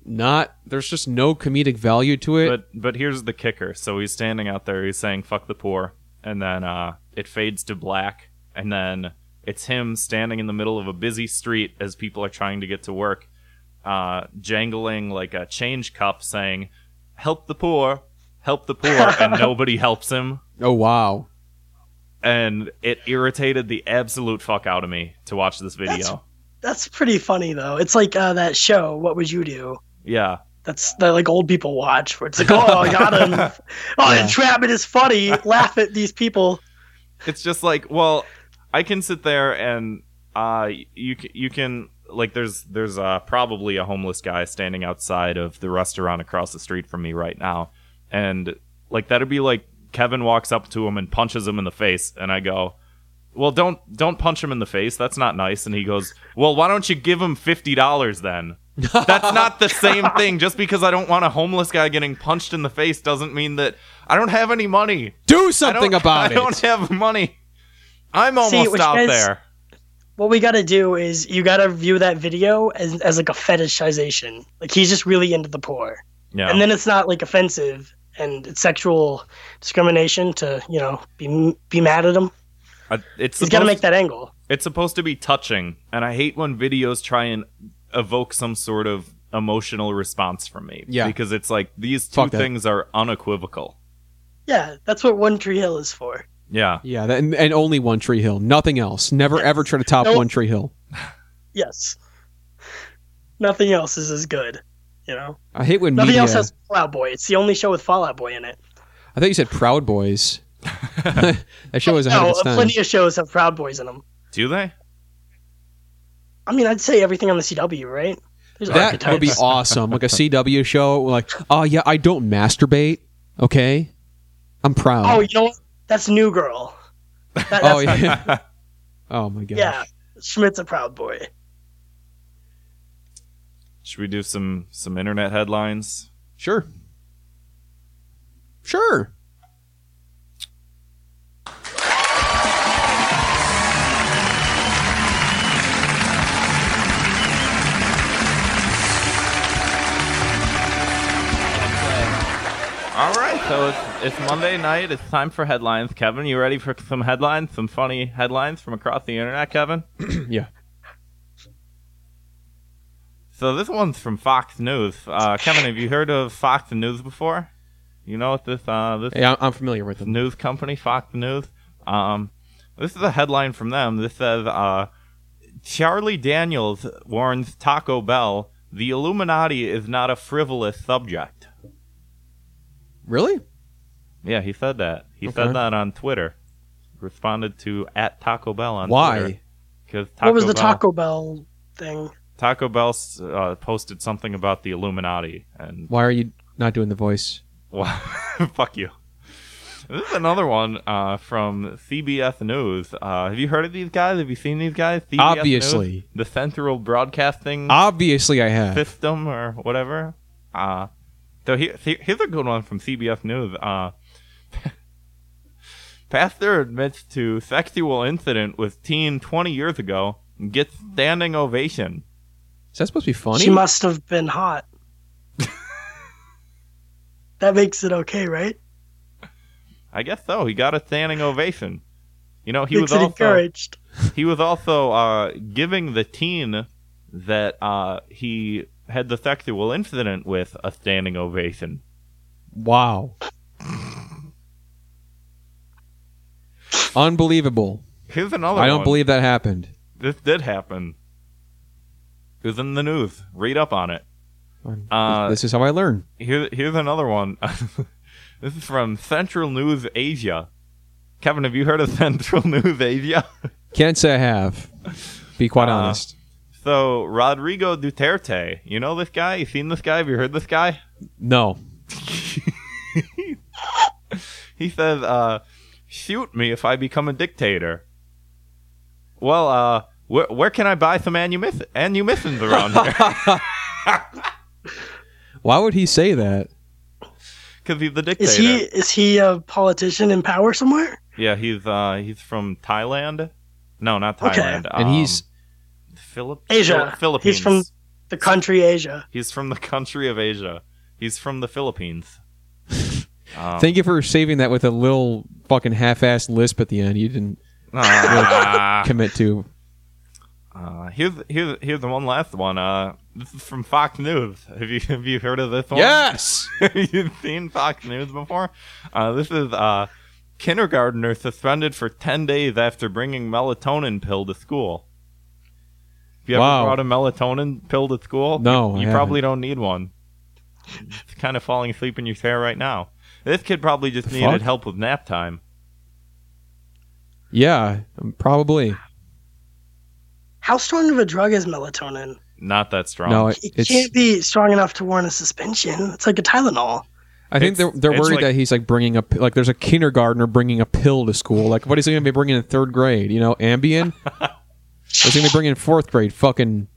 [SPEAKER 8] not. There's just no comedic value to it.
[SPEAKER 9] But but here's the kicker. So he's standing out there. He's saying "fuck the poor," and then uh, it fades to black, and then it's him standing in the middle of a busy street as people are trying to get to work, uh, jangling like a change cup, saying "help the poor, help the poor," and nobody helps him.
[SPEAKER 8] oh wow.
[SPEAKER 9] And it irritated the absolute fuck out of me to watch this video.
[SPEAKER 10] That's- That's pretty funny though. It's like uh, that show. What would you do?
[SPEAKER 9] yeah,
[SPEAKER 10] That's that like old people watch. Where it's like, oh, I
[SPEAKER 9] [LAUGHS]
[SPEAKER 10] got him. Oh, entrapment is funny. Laugh at these people.
[SPEAKER 9] it's just like well i can sit there and uh you c- you can like there's there's uh probably a homeless guy standing outside of the restaurant across the street from me right now and like that'd be like kevin walks up to him and punches him in the face and i go well don't don't punch him in the face that's not nice and he goes well why don't you give him $50 then that's not the same thing just because i don't want a homeless guy getting punched in the face doesn't mean that i don't have any money
[SPEAKER 8] Do
[SPEAKER 9] I don't-
[SPEAKER 8] something
[SPEAKER 9] [LAUGHS]
[SPEAKER 8] about
[SPEAKER 9] I don't
[SPEAKER 8] it.
[SPEAKER 9] have money. I'm almost
[SPEAKER 10] which
[SPEAKER 9] out
[SPEAKER 10] guys-
[SPEAKER 9] there.
[SPEAKER 10] What we got to do is you got to view that video as as like a fetishization. Like he's just really into the poor.
[SPEAKER 9] Yeah.
[SPEAKER 10] and then it's not like offensive and it's sexual discrimination to you know be be mad at him.
[SPEAKER 9] I- it's
[SPEAKER 10] He's
[SPEAKER 9] supposed,
[SPEAKER 10] got to make that angle.
[SPEAKER 9] it's supposed to be touching, and I hate when videos try and evoke some sort of emotional response from me.
[SPEAKER 8] Yeah.
[SPEAKER 9] Because it's like these two
[SPEAKER 8] Fuck that.
[SPEAKER 9] things are unequivocal.
[SPEAKER 10] Yeah, that's what One Tree Hill is for.
[SPEAKER 9] Yeah.
[SPEAKER 8] Yeah, that, and, and only One Tree Hill, nothing else. Never ever try to top
[SPEAKER 10] Nope.
[SPEAKER 8] One Tree Hill.
[SPEAKER 10] Yes, nothing else is as good. You know,
[SPEAKER 8] I hate when
[SPEAKER 10] nothing
[SPEAKER 8] media.
[SPEAKER 10] else has Fallout Boy. It's the only show with Fallout Boy in it.
[SPEAKER 8] I thought you said
[SPEAKER 9] [LAUGHS]
[SPEAKER 8] Proud Boys. [LAUGHS] that show was ahead
[SPEAKER 10] No,
[SPEAKER 8] of its time.
[SPEAKER 10] plenty of shows have Proud Boys in them.
[SPEAKER 9] Do they?
[SPEAKER 10] I mean, I'd say everything on the CW, right? There's
[SPEAKER 8] That would be
[SPEAKER 10] archetypes. [LAUGHS]
[SPEAKER 8] awesome, like a CW show. Like, oh yeah, I don't masturbate. Okay, I'm proud.
[SPEAKER 10] Oh, you know what? That's New Girl. That, Oh, that's
[SPEAKER 8] Oh
[SPEAKER 10] [LAUGHS]
[SPEAKER 8] yeah. oh my gosh.
[SPEAKER 10] yeah, Schmidt's a proud boy.
[SPEAKER 9] Should we do some some internet headlines?
[SPEAKER 8] Sure. Sure.
[SPEAKER 9] All right, so it's it's Monday night. It's time for headlines. Kevin, you ready for some headlines? Some funny headlines from across the internet, Kevin?
[SPEAKER 8] Yeah.
[SPEAKER 9] So this one's from Fox News. Uh, Kevin, have you heard of Fox News before? You know what this uh, this
[SPEAKER 8] Hey, I'm, I'm familiar with them.
[SPEAKER 9] news company, Fox News. Um, this is a headline from them. This says uh, Charlie Daniels warns Taco Bell the Illuminati is not a frivolous subject.
[SPEAKER 8] Really?
[SPEAKER 9] Yeah, he said that. He
[SPEAKER 8] Okay.
[SPEAKER 9] said that on Twitter. Responded to at Taco Bell on
[SPEAKER 8] Why?
[SPEAKER 9] Because
[SPEAKER 10] what was the Taco Bell thing?
[SPEAKER 9] Taco Bell uh, posted something about the Illuminati and [LAUGHS]
[SPEAKER 8] Why are you not doing the voice?
[SPEAKER 9] Wow. Fuck you. This is another one uh, from CBS News. Uh, have you heard of these guys? Have you seen these guys? CBS News,
[SPEAKER 8] Obviously.
[SPEAKER 9] the Central Broadcasting
[SPEAKER 8] Obviously, I have.
[SPEAKER 9] System or whatever. Uh, so here, here- here's a good one from CBS News. Uh, [LAUGHS] pastor admits to sexual incident with teen 20 years ago and gets standing ovation.
[SPEAKER 8] Is that supposed to be funny?
[SPEAKER 10] She must have been
[SPEAKER 8] [LAUGHS]
[SPEAKER 10] hot. that makes it okay, right?
[SPEAKER 9] I guess so. He got a standing ovation. You know, he was
[SPEAKER 10] makes it
[SPEAKER 9] also
[SPEAKER 10] encouraged.
[SPEAKER 9] he was also uh, giving the teen that uh, he had the sexual incident with a standing ovation.
[SPEAKER 8] wow. Unbelievable.
[SPEAKER 9] Here's another
[SPEAKER 8] I don't
[SPEAKER 9] one.
[SPEAKER 8] believe that happened.
[SPEAKER 9] this did happen. It was in the news. Read up on it. Uh,
[SPEAKER 8] this is how I learn.
[SPEAKER 9] Here, here's another one. [LAUGHS] this is from Central News Asia. Kevin, have you heard of [LAUGHS] Central News Asia?
[SPEAKER 8] Can't say I have. Be
[SPEAKER 9] uh,
[SPEAKER 8] quite honest.
[SPEAKER 9] so, Rodrigo Duterte, you know this guy? You seen this guy? Have you heard this guy?
[SPEAKER 8] No.
[SPEAKER 9] he says, uh, shoot me if I become a dictator. Well, uh, where, where can I buy some anumith- anumithins
[SPEAKER 10] [LAUGHS]
[SPEAKER 9] around here?
[SPEAKER 8] Why would he say that?
[SPEAKER 9] Because he's the dictator.
[SPEAKER 10] Is he is he a politician in power somewhere?
[SPEAKER 9] Yeah, he's uh, he's from Thailand. No, not
[SPEAKER 10] Okay.
[SPEAKER 9] Thailand.
[SPEAKER 8] And
[SPEAKER 9] um,
[SPEAKER 8] he's
[SPEAKER 9] Philip-
[SPEAKER 10] Asia.
[SPEAKER 9] Phil- Philippines.
[SPEAKER 10] He's from the country Asia.
[SPEAKER 9] He's from the country of Asia. He's from the
[SPEAKER 10] [LAUGHS]
[SPEAKER 9] Philippines. Um, [LAUGHS]
[SPEAKER 8] Thank you for saving that with a little fucking half-assed lisp at the end. You didn't
[SPEAKER 9] ah.
[SPEAKER 8] commit to.
[SPEAKER 9] Uh, here's here's here's the one last one. Uh, this is from Fox News. Have you have you heard of this one? [LAUGHS]
[SPEAKER 8] Yes.
[SPEAKER 9] You've seen Fox News before? Uh, this is uh, kindergartner suspended for 10 days after bringing melatonin pill to school. Have you
[SPEAKER 8] Wow.
[SPEAKER 9] ever brought a melatonin pill to school?
[SPEAKER 8] No, I
[SPEAKER 9] You, you
[SPEAKER 8] haven't.
[SPEAKER 9] probably don't need one. It's kind of falling asleep in your chair right now. This kid probably just
[SPEAKER 8] The
[SPEAKER 9] needed
[SPEAKER 8] fuck?
[SPEAKER 9] help with nap time.
[SPEAKER 8] Yeah, probably.
[SPEAKER 10] How strong of a drug is melatonin?
[SPEAKER 9] Not that strong.
[SPEAKER 8] No, it,
[SPEAKER 10] It
[SPEAKER 8] it's.
[SPEAKER 10] can't be strong enough to warrant a suspension. It's like a Tylenol.
[SPEAKER 8] I think they're
[SPEAKER 9] it's-
[SPEAKER 8] they're
[SPEAKER 9] it's
[SPEAKER 8] worried
[SPEAKER 9] like-
[SPEAKER 8] that he's like bringing a p- like there's a kindergartner bringing a pill to school. Like what is he going to be bringing in third grade? You
[SPEAKER 9] [LAUGHS]
[SPEAKER 8] know, Ambien. What's he going to be bringing in fourth grade? Fucking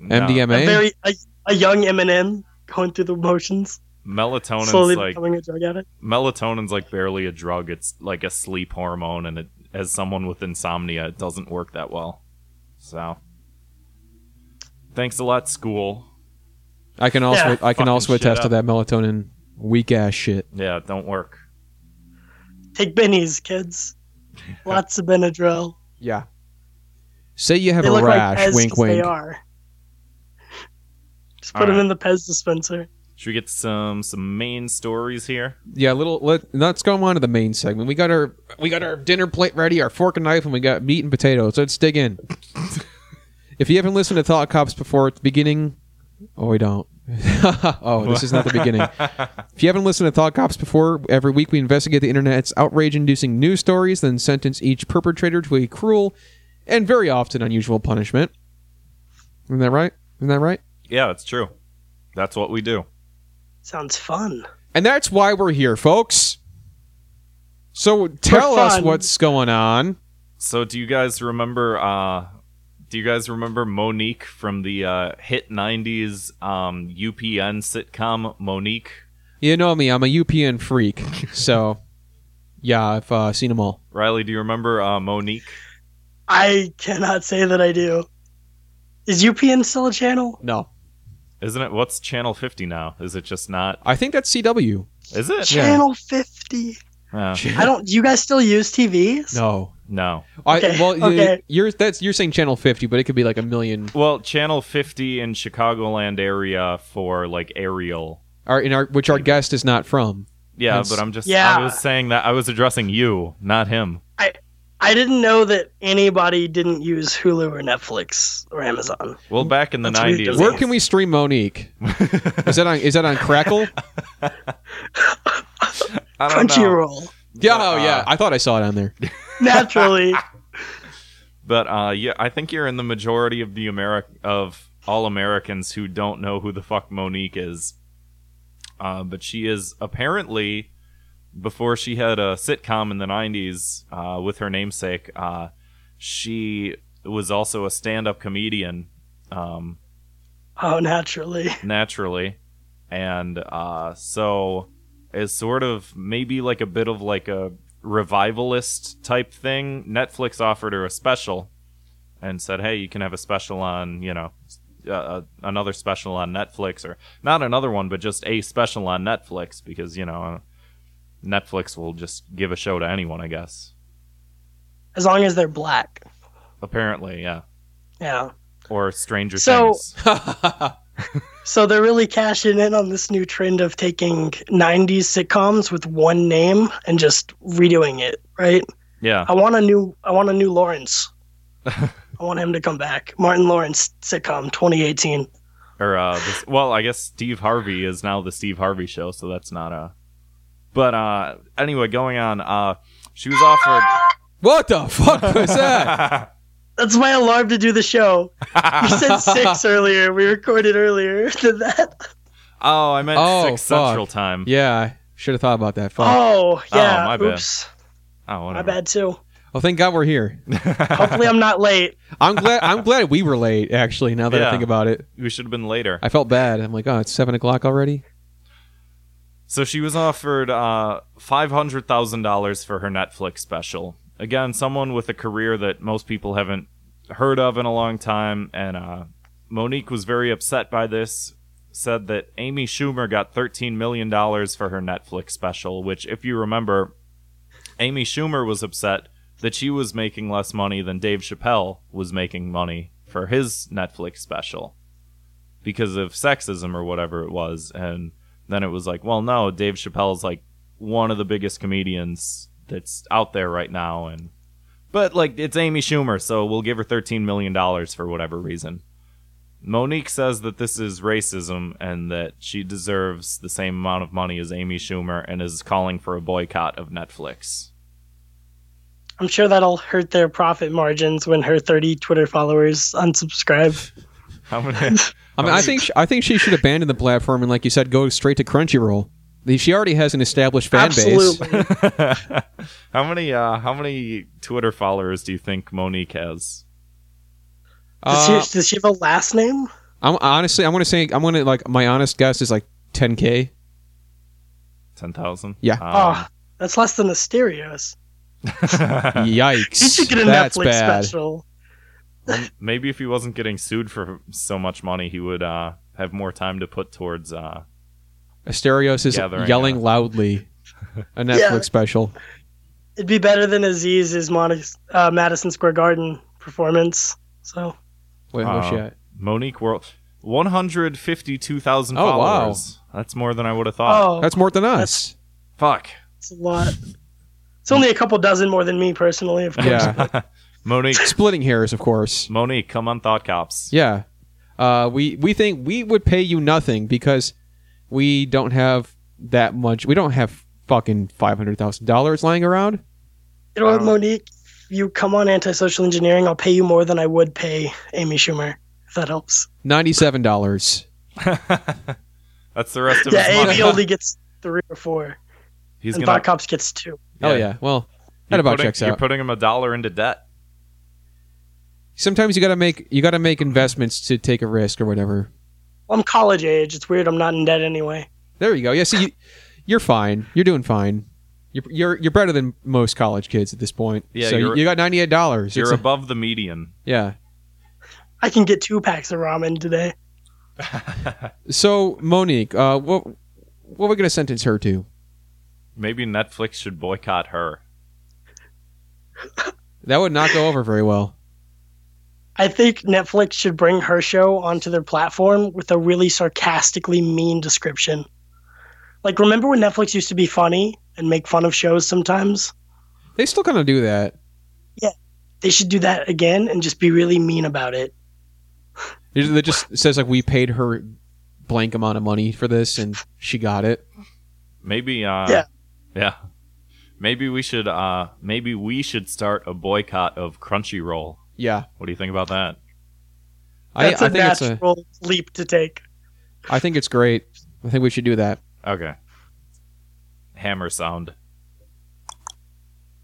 [SPEAKER 9] No.
[SPEAKER 8] MDMA.
[SPEAKER 10] A very a, a young Eminem going through the motions,
[SPEAKER 9] Melatonin's
[SPEAKER 10] slowly
[SPEAKER 9] like
[SPEAKER 10] becoming a drug addict.
[SPEAKER 9] melatonin's like barely a drug. It's like a sleep hormone, and it, as someone with insomnia, it doesn't work that well. So, thanks a lot, school.
[SPEAKER 8] I can also
[SPEAKER 10] Yeah.
[SPEAKER 8] I can
[SPEAKER 9] Fucking
[SPEAKER 8] also
[SPEAKER 9] shit
[SPEAKER 8] attest to
[SPEAKER 9] up.
[SPEAKER 8] that melatonin weak ass shit.
[SPEAKER 9] Yeah, it don't work.
[SPEAKER 10] Take Benny's, kids. Lots of Benadryl.
[SPEAKER 8] Yeah. Say you have
[SPEAKER 10] They
[SPEAKER 8] a
[SPEAKER 10] look
[SPEAKER 8] rash.
[SPEAKER 10] like Pez
[SPEAKER 8] wink,
[SPEAKER 10] 'cause they
[SPEAKER 8] wink.
[SPEAKER 10] are. Just
[SPEAKER 9] All
[SPEAKER 10] put them
[SPEAKER 9] right.
[SPEAKER 10] in the Pez dispenser.
[SPEAKER 9] Should we get some some main stories here?
[SPEAKER 8] Yeah, little. Let, let's go on to the main segment. We got our we got our dinner plate ready, our fork and knife, and we got meat and potatoes. Let's dig in. if you haven't listened to Thought Cops before, at the beginning, oh, we don't. [LAUGHS] oh, this is not the beginning. If you haven't listened to Thought Cops before, every week we investigate the internet's outrage-inducing news stories, then sentence each perpetrator to a cruel and very often unusual punishment. Isn't that right? Isn't that right?
[SPEAKER 9] Yeah, it's true. That's what we do.
[SPEAKER 10] Sounds fun.
[SPEAKER 8] And that's why we're here, folks. So tell us
[SPEAKER 10] fun.
[SPEAKER 8] what's going on.
[SPEAKER 9] So do you guys remember uh do you guys remember Monique from the uh, hit 90s um, UPN sitcom Monique?
[SPEAKER 8] You know me, I'm a
[SPEAKER 10] [LAUGHS]
[SPEAKER 8] UPN freak. So, yeah, I've uh, seen them all.
[SPEAKER 9] Riley, do you remember uh, Monique?
[SPEAKER 10] I cannot say that I do. Is UPN still a channel?
[SPEAKER 8] No.
[SPEAKER 9] Isn't it what's channel 50 now? Is it just not?
[SPEAKER 8] I think that's CW.
[SPEAKER 9] Is it?
[SPEAKER 10] Channel 50.
[SPEAKER 9] Uh,
[SPEAKER 10] I don't. Do you guys still use TVs?
[SPEAKER 8] No.
[SPEAKER 9] no.
[SPEAKER 8] I,
[SPEAKER 10] Okay,
[SPEAKER 8] well,
[SPEAKER 10] [LAUGHS]
[SPEAKER 8] y-
[SPEAKER 10] okay.
[SPEAKER 8] you're that's you're saying channel 50, but it could be like a million.
[SPEAKER 9] Well, channel 50 in Chicagoland area for like aerial.
[SPEAKER 8] Our, in our, which our guest is not from.
[SPEAKER 9] Yeah,
[SPEAKER 8] That's-
[SPEAKER 9] but I'm just
[SPEAKER 10] Yeah.
[SPEAKER 9] I was saying that I was addressing you, not him.
[SPEAKER 10] I didn't know that anybody didn't use Hulu or Netflix or Amazon.
[SPEAKER 9] Well, back in the
[SPEAKER 10] That's weird,
[SPEAKER 9] 90s.
[SPEAKER 10] doesn't
[SPEAKER 8] Where can we stream Monique? is that on is that
[SPEAKER 10] [LAUGHS]
[SPEAKER 8] on Crackle?
[SPEAKER 9] I don't know. [LAUGHS]
[SPEAKER 10] Crunchyroll.
[SPEAKER 8] Yeah, oh yeah. I thought I saw it on there.
[SPEAKER 10] Naturally.
[SPEAKER 9] But uh, yeah, I think you're in the majority of the Ameri- of all Americans who don't know who the fuck Monique is. Uh, but she is apparently before she had a sitcom in the '90s uh, with her namesake. Uh, she was also a stand-up comedian, um,
[SPEAKER 10] Oh, naturally.
[SPEAKER 9] naturally, and uh, so is sort of maybe like a bit of like a revivalist type thing. Netflix offered her a special and said, "Hey, you can have a special on you know uh, another special on Netflix, or not another one, but just a special on Netflix because you know uh, Netflix will just give a show to anyone, I guess.
[SPEAKER 10] As long as they're black.
[SPEAKER 9] Apparently, yeah,
[SPEAKER 10] Yeah.
[SPEAKER 9] or Stranger
[SPEAKER 10] So-
[SPEAKER 9] Things.
[SPEAKER 10] So they're really cashing in on this new trend of taking 90s sitcoms with one name and just redoing it, right?
[SPEAKER 9] Yeah,
[SPEAKER 10] I want a new I want a new
[SPEAKER 9] [LAUGHS]
[SPEAKER 10] Lawrence. I want him to come back. Martin Lawrence sitcom 2018.
[SPEAKER 9] or uh, this, well, I guess Steve Harvey is now the Steve Harvey Show, so that's not a. But uh, anyway, going on. Uh, she was
[SPEAKER 8] [LAUGHS]
[SPEAKER 9] offered. [LAUGHS]
[SPEAKER 8] What the fuck
[SPEAKER 10] [LAUGHS]
[SPEAKER 8] was that?
[SPEAKER 10] That's my alarm to do the show. You said
[SPEAKER 9] [LAUGHS]
[SPEAKER 10] 6 earlier. We recorded earlier [LAUGHS] than that.
[SPEAKER 9] Oh, I meant
[SPEAKER 8] Oh,
[SPEAKER 9] six
[SPEAKER 8] fuck.
[SPEAKER 9] Central Time.
[SPEAKER 8] yeah, should have thought about that. Fuck.
[SPEAKER 10] Oh, yeah.
[SPEAKER 9] my bad.
[SPEAKER 10] Oops.
[SPEAKER 9] Oh,
[SPEAKER 10] My
[SPEAKER 9] whatever.
[SPEAKER 10] bad
[SPEAKER 8] [LAUGHS]
[SPEAKER 10] too.
[SPEAKER 8] Well, thank God we're here.
[SPEAKER 10] Hopefully I'm not late.
[SPEAKER 8] I'm glad. I'm glad we were late. Actually, now that I
[SPEAKER 9] Yeah.
[SPEAKER 8] think about it,
[SPEAKER 9] We should have been later.
[SPEAKER 8] I felt bad. I'm like, oh, it's seven o'clock already.
[SPEAKER 9] So she was offered uh, five hundred thousand dollars for her Netflix special. Again, someone with a career that most people haven't heard of in a long time, and uh, Monique was very upset by this. Said that Amy Schumer got thirteen million dollars for her Netflix special, which, if you remember, Amy Schumer was upset that she was making less money than Dave Chappelle was making money for his Netflix special because of sexism or whatever it was. And then it was like, well, no, Dave Chappelle's like one of the biggest comedians that's out there right now. And but like it's Amy Schumer, so we'll give her thirteen million dollars for whatever reason. Monique says that this is racism and that she deserves the same amount of money as Amy Schumer and is calling for a boycott of Netflix.
[SPEAKER 10] I'm sure that'll hurt their profit margins when her 30 Twitter followers unsubscribe.
[SPEAKER 9] How many? [LAUGHS]
[SPEAKER 8] I mean, I think sh- I think she should abandon the platform and, like you said, go straight to Crunchyroll. The- She already has an established fan base.
[SPEAKER 10] Absolutely.
[SPEAKER 9] how many? Uh, how many Twitter followers do you think Monique has?
[SPEAKER 8] Uh,
[SPEAKER 10] does, she, does she have a last name?
[SPEAKER 8] I'm honestly, I'm gonna say, I'm gonna like my honest guess is like 10k.
[SPEAKER 9] Ten thousand. Um,
[SPEAKER 8] Yeah.
[SPEAKER 10] oh, that's less than Asterios.
[SPEAKER 8] Ah.
[SPEAKER 9] [LAUGHS]
[SPEAKER 8] [LAUGHS] Yikes!
[SPEAKER 10] She Uh, should get a
[SPEAKER 8] That's
[SPEAKER 10] Netflix
[SPEAKER 8] bad.
[SPEAKER 10] special.
[SPEAKER 9] Maybe if he wasn't getting sued for so much money, he would uh, have more time to put towards. Uh,
[SPEAKER 8] Asterios is
[SPEAKER 9] Gathering
[SPEAKER 8] yelling
[SPEAKER 9] up.
[SPEAKER 8] loudly.
[SPEAKER 10] [LAUGHS]
[SPEAKER 8] A Netflix special.
[SPEAKER 10] It'd be better than Aziz's Mon- uh, Madison Square Garden performance. So
[SPEAKER 8] Wait, where's she
[SPEAKER 9] Uh,
[SPEAKER 8] at?
[SPEAKER 9] Monique World, one hundred fifty-two thousand
[SPEAKER 8] Oh, wow.
[SPEAKER 9] followers. That's more than I would have thought.
[SPEAKER 10] oh,
[SPEAKER 8] That's more than us.
[SPEAKER 9] Fuck.
[SPEAKER 10] that's a lot. It's only a couple dozen more than me personally, of course.
[SPEAKER 8] Yeah,
[SPEAKER 9] [LAUGHS] Monique,
[SPEAKER 8] splitting hairs, of course.
[SPEAKER 9] Monique, come on, Thought Cops.
[SPEAKER 8] Yeah. Uh, we we think we would pay you nothing because we don't have that much. We don't have fucking five hundred thousand dollars lying around.
[SPEAKER 10] You know what,
[SPEAKER 8] Um,
[SPEAKER 10] Monique? If you come on antisocial engineering, I'll pay you more than I would pay Amy Schumer. If that helps.
[SPEAKER 8] Ninety-seven dollars.
[SPEAKER 9] [LAUGHS] That's the rest of
[SPEAKER 10] Yeah,
[SPEAKER 9] his money.
[SPEAKER 10] Amy only gets three or four,
[SPEAKER 9] [LAUGHS]
[SPEAKER 8] [LAUGHS]
[SPEAKER 9] He's
[SPEAKER 10] and
[SPEAKER 9] gonna
[SPEAKER 10] Black Cops gets two.
[SPEAKER 8] Oh yeah. Well, that
[SPEAKER 9] You're
[SPEAKER 8] about
[SPEAKER 9] putting-
[SPEAKER 8] checks
[SPEAKER 9] You're
[SPEAKER 8] out.
[SPEAKER 9] putting him a dollar into debt.
[SPEAKER 8] Sometimes you gotta make you gotta make investments to take a risk or whatever.
[SPEAKER 10] Well, I'm college age. It's weird. I'm not in debt anyway.
[SPEAKER 8] There you go. Yeah. See, you, you're fine. You're doing fine. You're, you're you're better than most college kids at this point.
[SPEAKER 9] Yeah,
[SPEAKER 8] So you
[SPEAKER 9] you're-
[SPEAKER 8] you got ninety eight dollars.
[SPEAKER 9] You're above the median.
[SPEAKER 8] yeah.
[SPEAKER 10] I can get two packs of ramen today.
[SPEAKER 8] So Monique, uh, what what are we gonna sentence her to?
[SPEAKER 9] Maybe Netflix should boycott her.
[SPEAKER 8] That would not go over very well.
[SPEAKER 10] I think Netflix should bring her show onto their platform with a really sarcastically mean description. Like, remember when Netflix used to be funny and make fun of shows sometimes?
[SPEAKER 8] They still kind of do that.
[SPEAKER 10] They should do that again and just be really mean about it.
[SPEAKER 8] They just- they just says like we paid her blank amount of money for this and she got it.
[SPEAKER 9] Maybe uh
[SPEAKER 10] Yeah.
[SPEAKER 9] yeah. Maybe we should uh maybe we should start a boycott of Crunchyroll.
[SPEAKER 8] Yeah.
[SPEAKER 9] What do you think about that?
[SPEAKER 8] I,
[SPEAKER 10] That's a
[SPEAKER 8] I think it's a,
[SPEAKER 10] natural leap to take.
[SPEAKER 8] I think it's great. I think we should do that.
[SPEAKER 9] Okay. Hammer sound.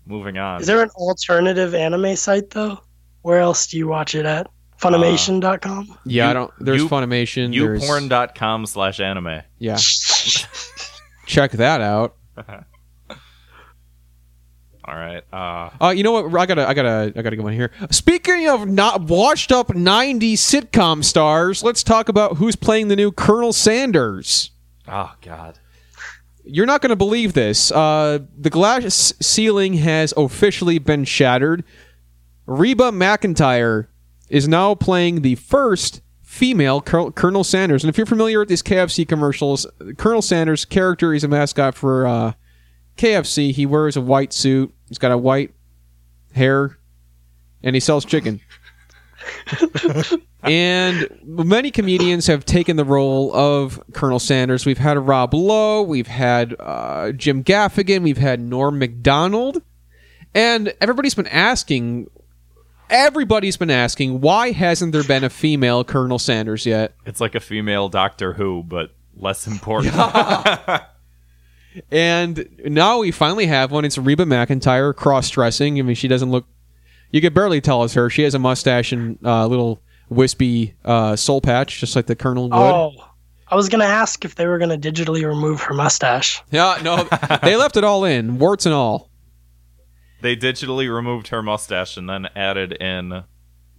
[SPEAKER 9] Moving on.
[SPEAKER 8] Um,
[SPEAKER 10] Is there an alternative anime site, though? Where else do you watch it at? Funimation.com?
[SPEAKER 8] Yeah,
[SPEAKER 9] You-
[SPEAKER 8] I don't. There's
[SPEAKER 9] you-
[SPEAKER 8] Funimation. there's,
[SPEAKER 9] Youporn.com slash anime. [LAUGHS]
[SPEAKER 8] Yeah. Check that out.
[SPEAKER 9] All right. Uh
[SPEAKER 8] Uh, you know what? I gotta, I gotta, I gotta go in here. Speaking of not washed up '90s sitcom stars, let's talk about who's playing the new Colonel Sanders.
[SPEAKER 9] oh god.
[SPEAKER 8] You're not gonna believe this. Uh, the glass ceiling has officially been shattered. Reba McIntyre is now playing the first female Col- Colonel Sanders. And if you're familiar with these KFC commercials, Colonel Sanders' character is a mascot for uh, KFC. He wears a white suit. He's got a white hair, and he sells chicken. and many comedians have taken the role of Colonel Sanders. We've had Rob Lowe, we've had uh, Jim Gaffigan, we've had Norm Macdonald, and everybody's been asking everybody's been asking why hasn't there been a female Colonel Sanders yet?
[SPEAKER 9] It's like a female Doctor Who, but less [LAUGHS] important.
[SPEAKER 8] And now we finally have one. It's Reba McIntyre cross-dressing. I mean, she doesn't look. You could barely tell it's her. She has a mustache and uh, little wispy uh, soul patch, just like the Colonel Uh, would.
[SPEAKER 10] Oh, I was going to ask if they were going to digitally remove her mustache.
[SPEAKER 8] Yeah, no, they left it all in, warts and all.
[SPEAKER 9] they digitally removed her mustache and then added in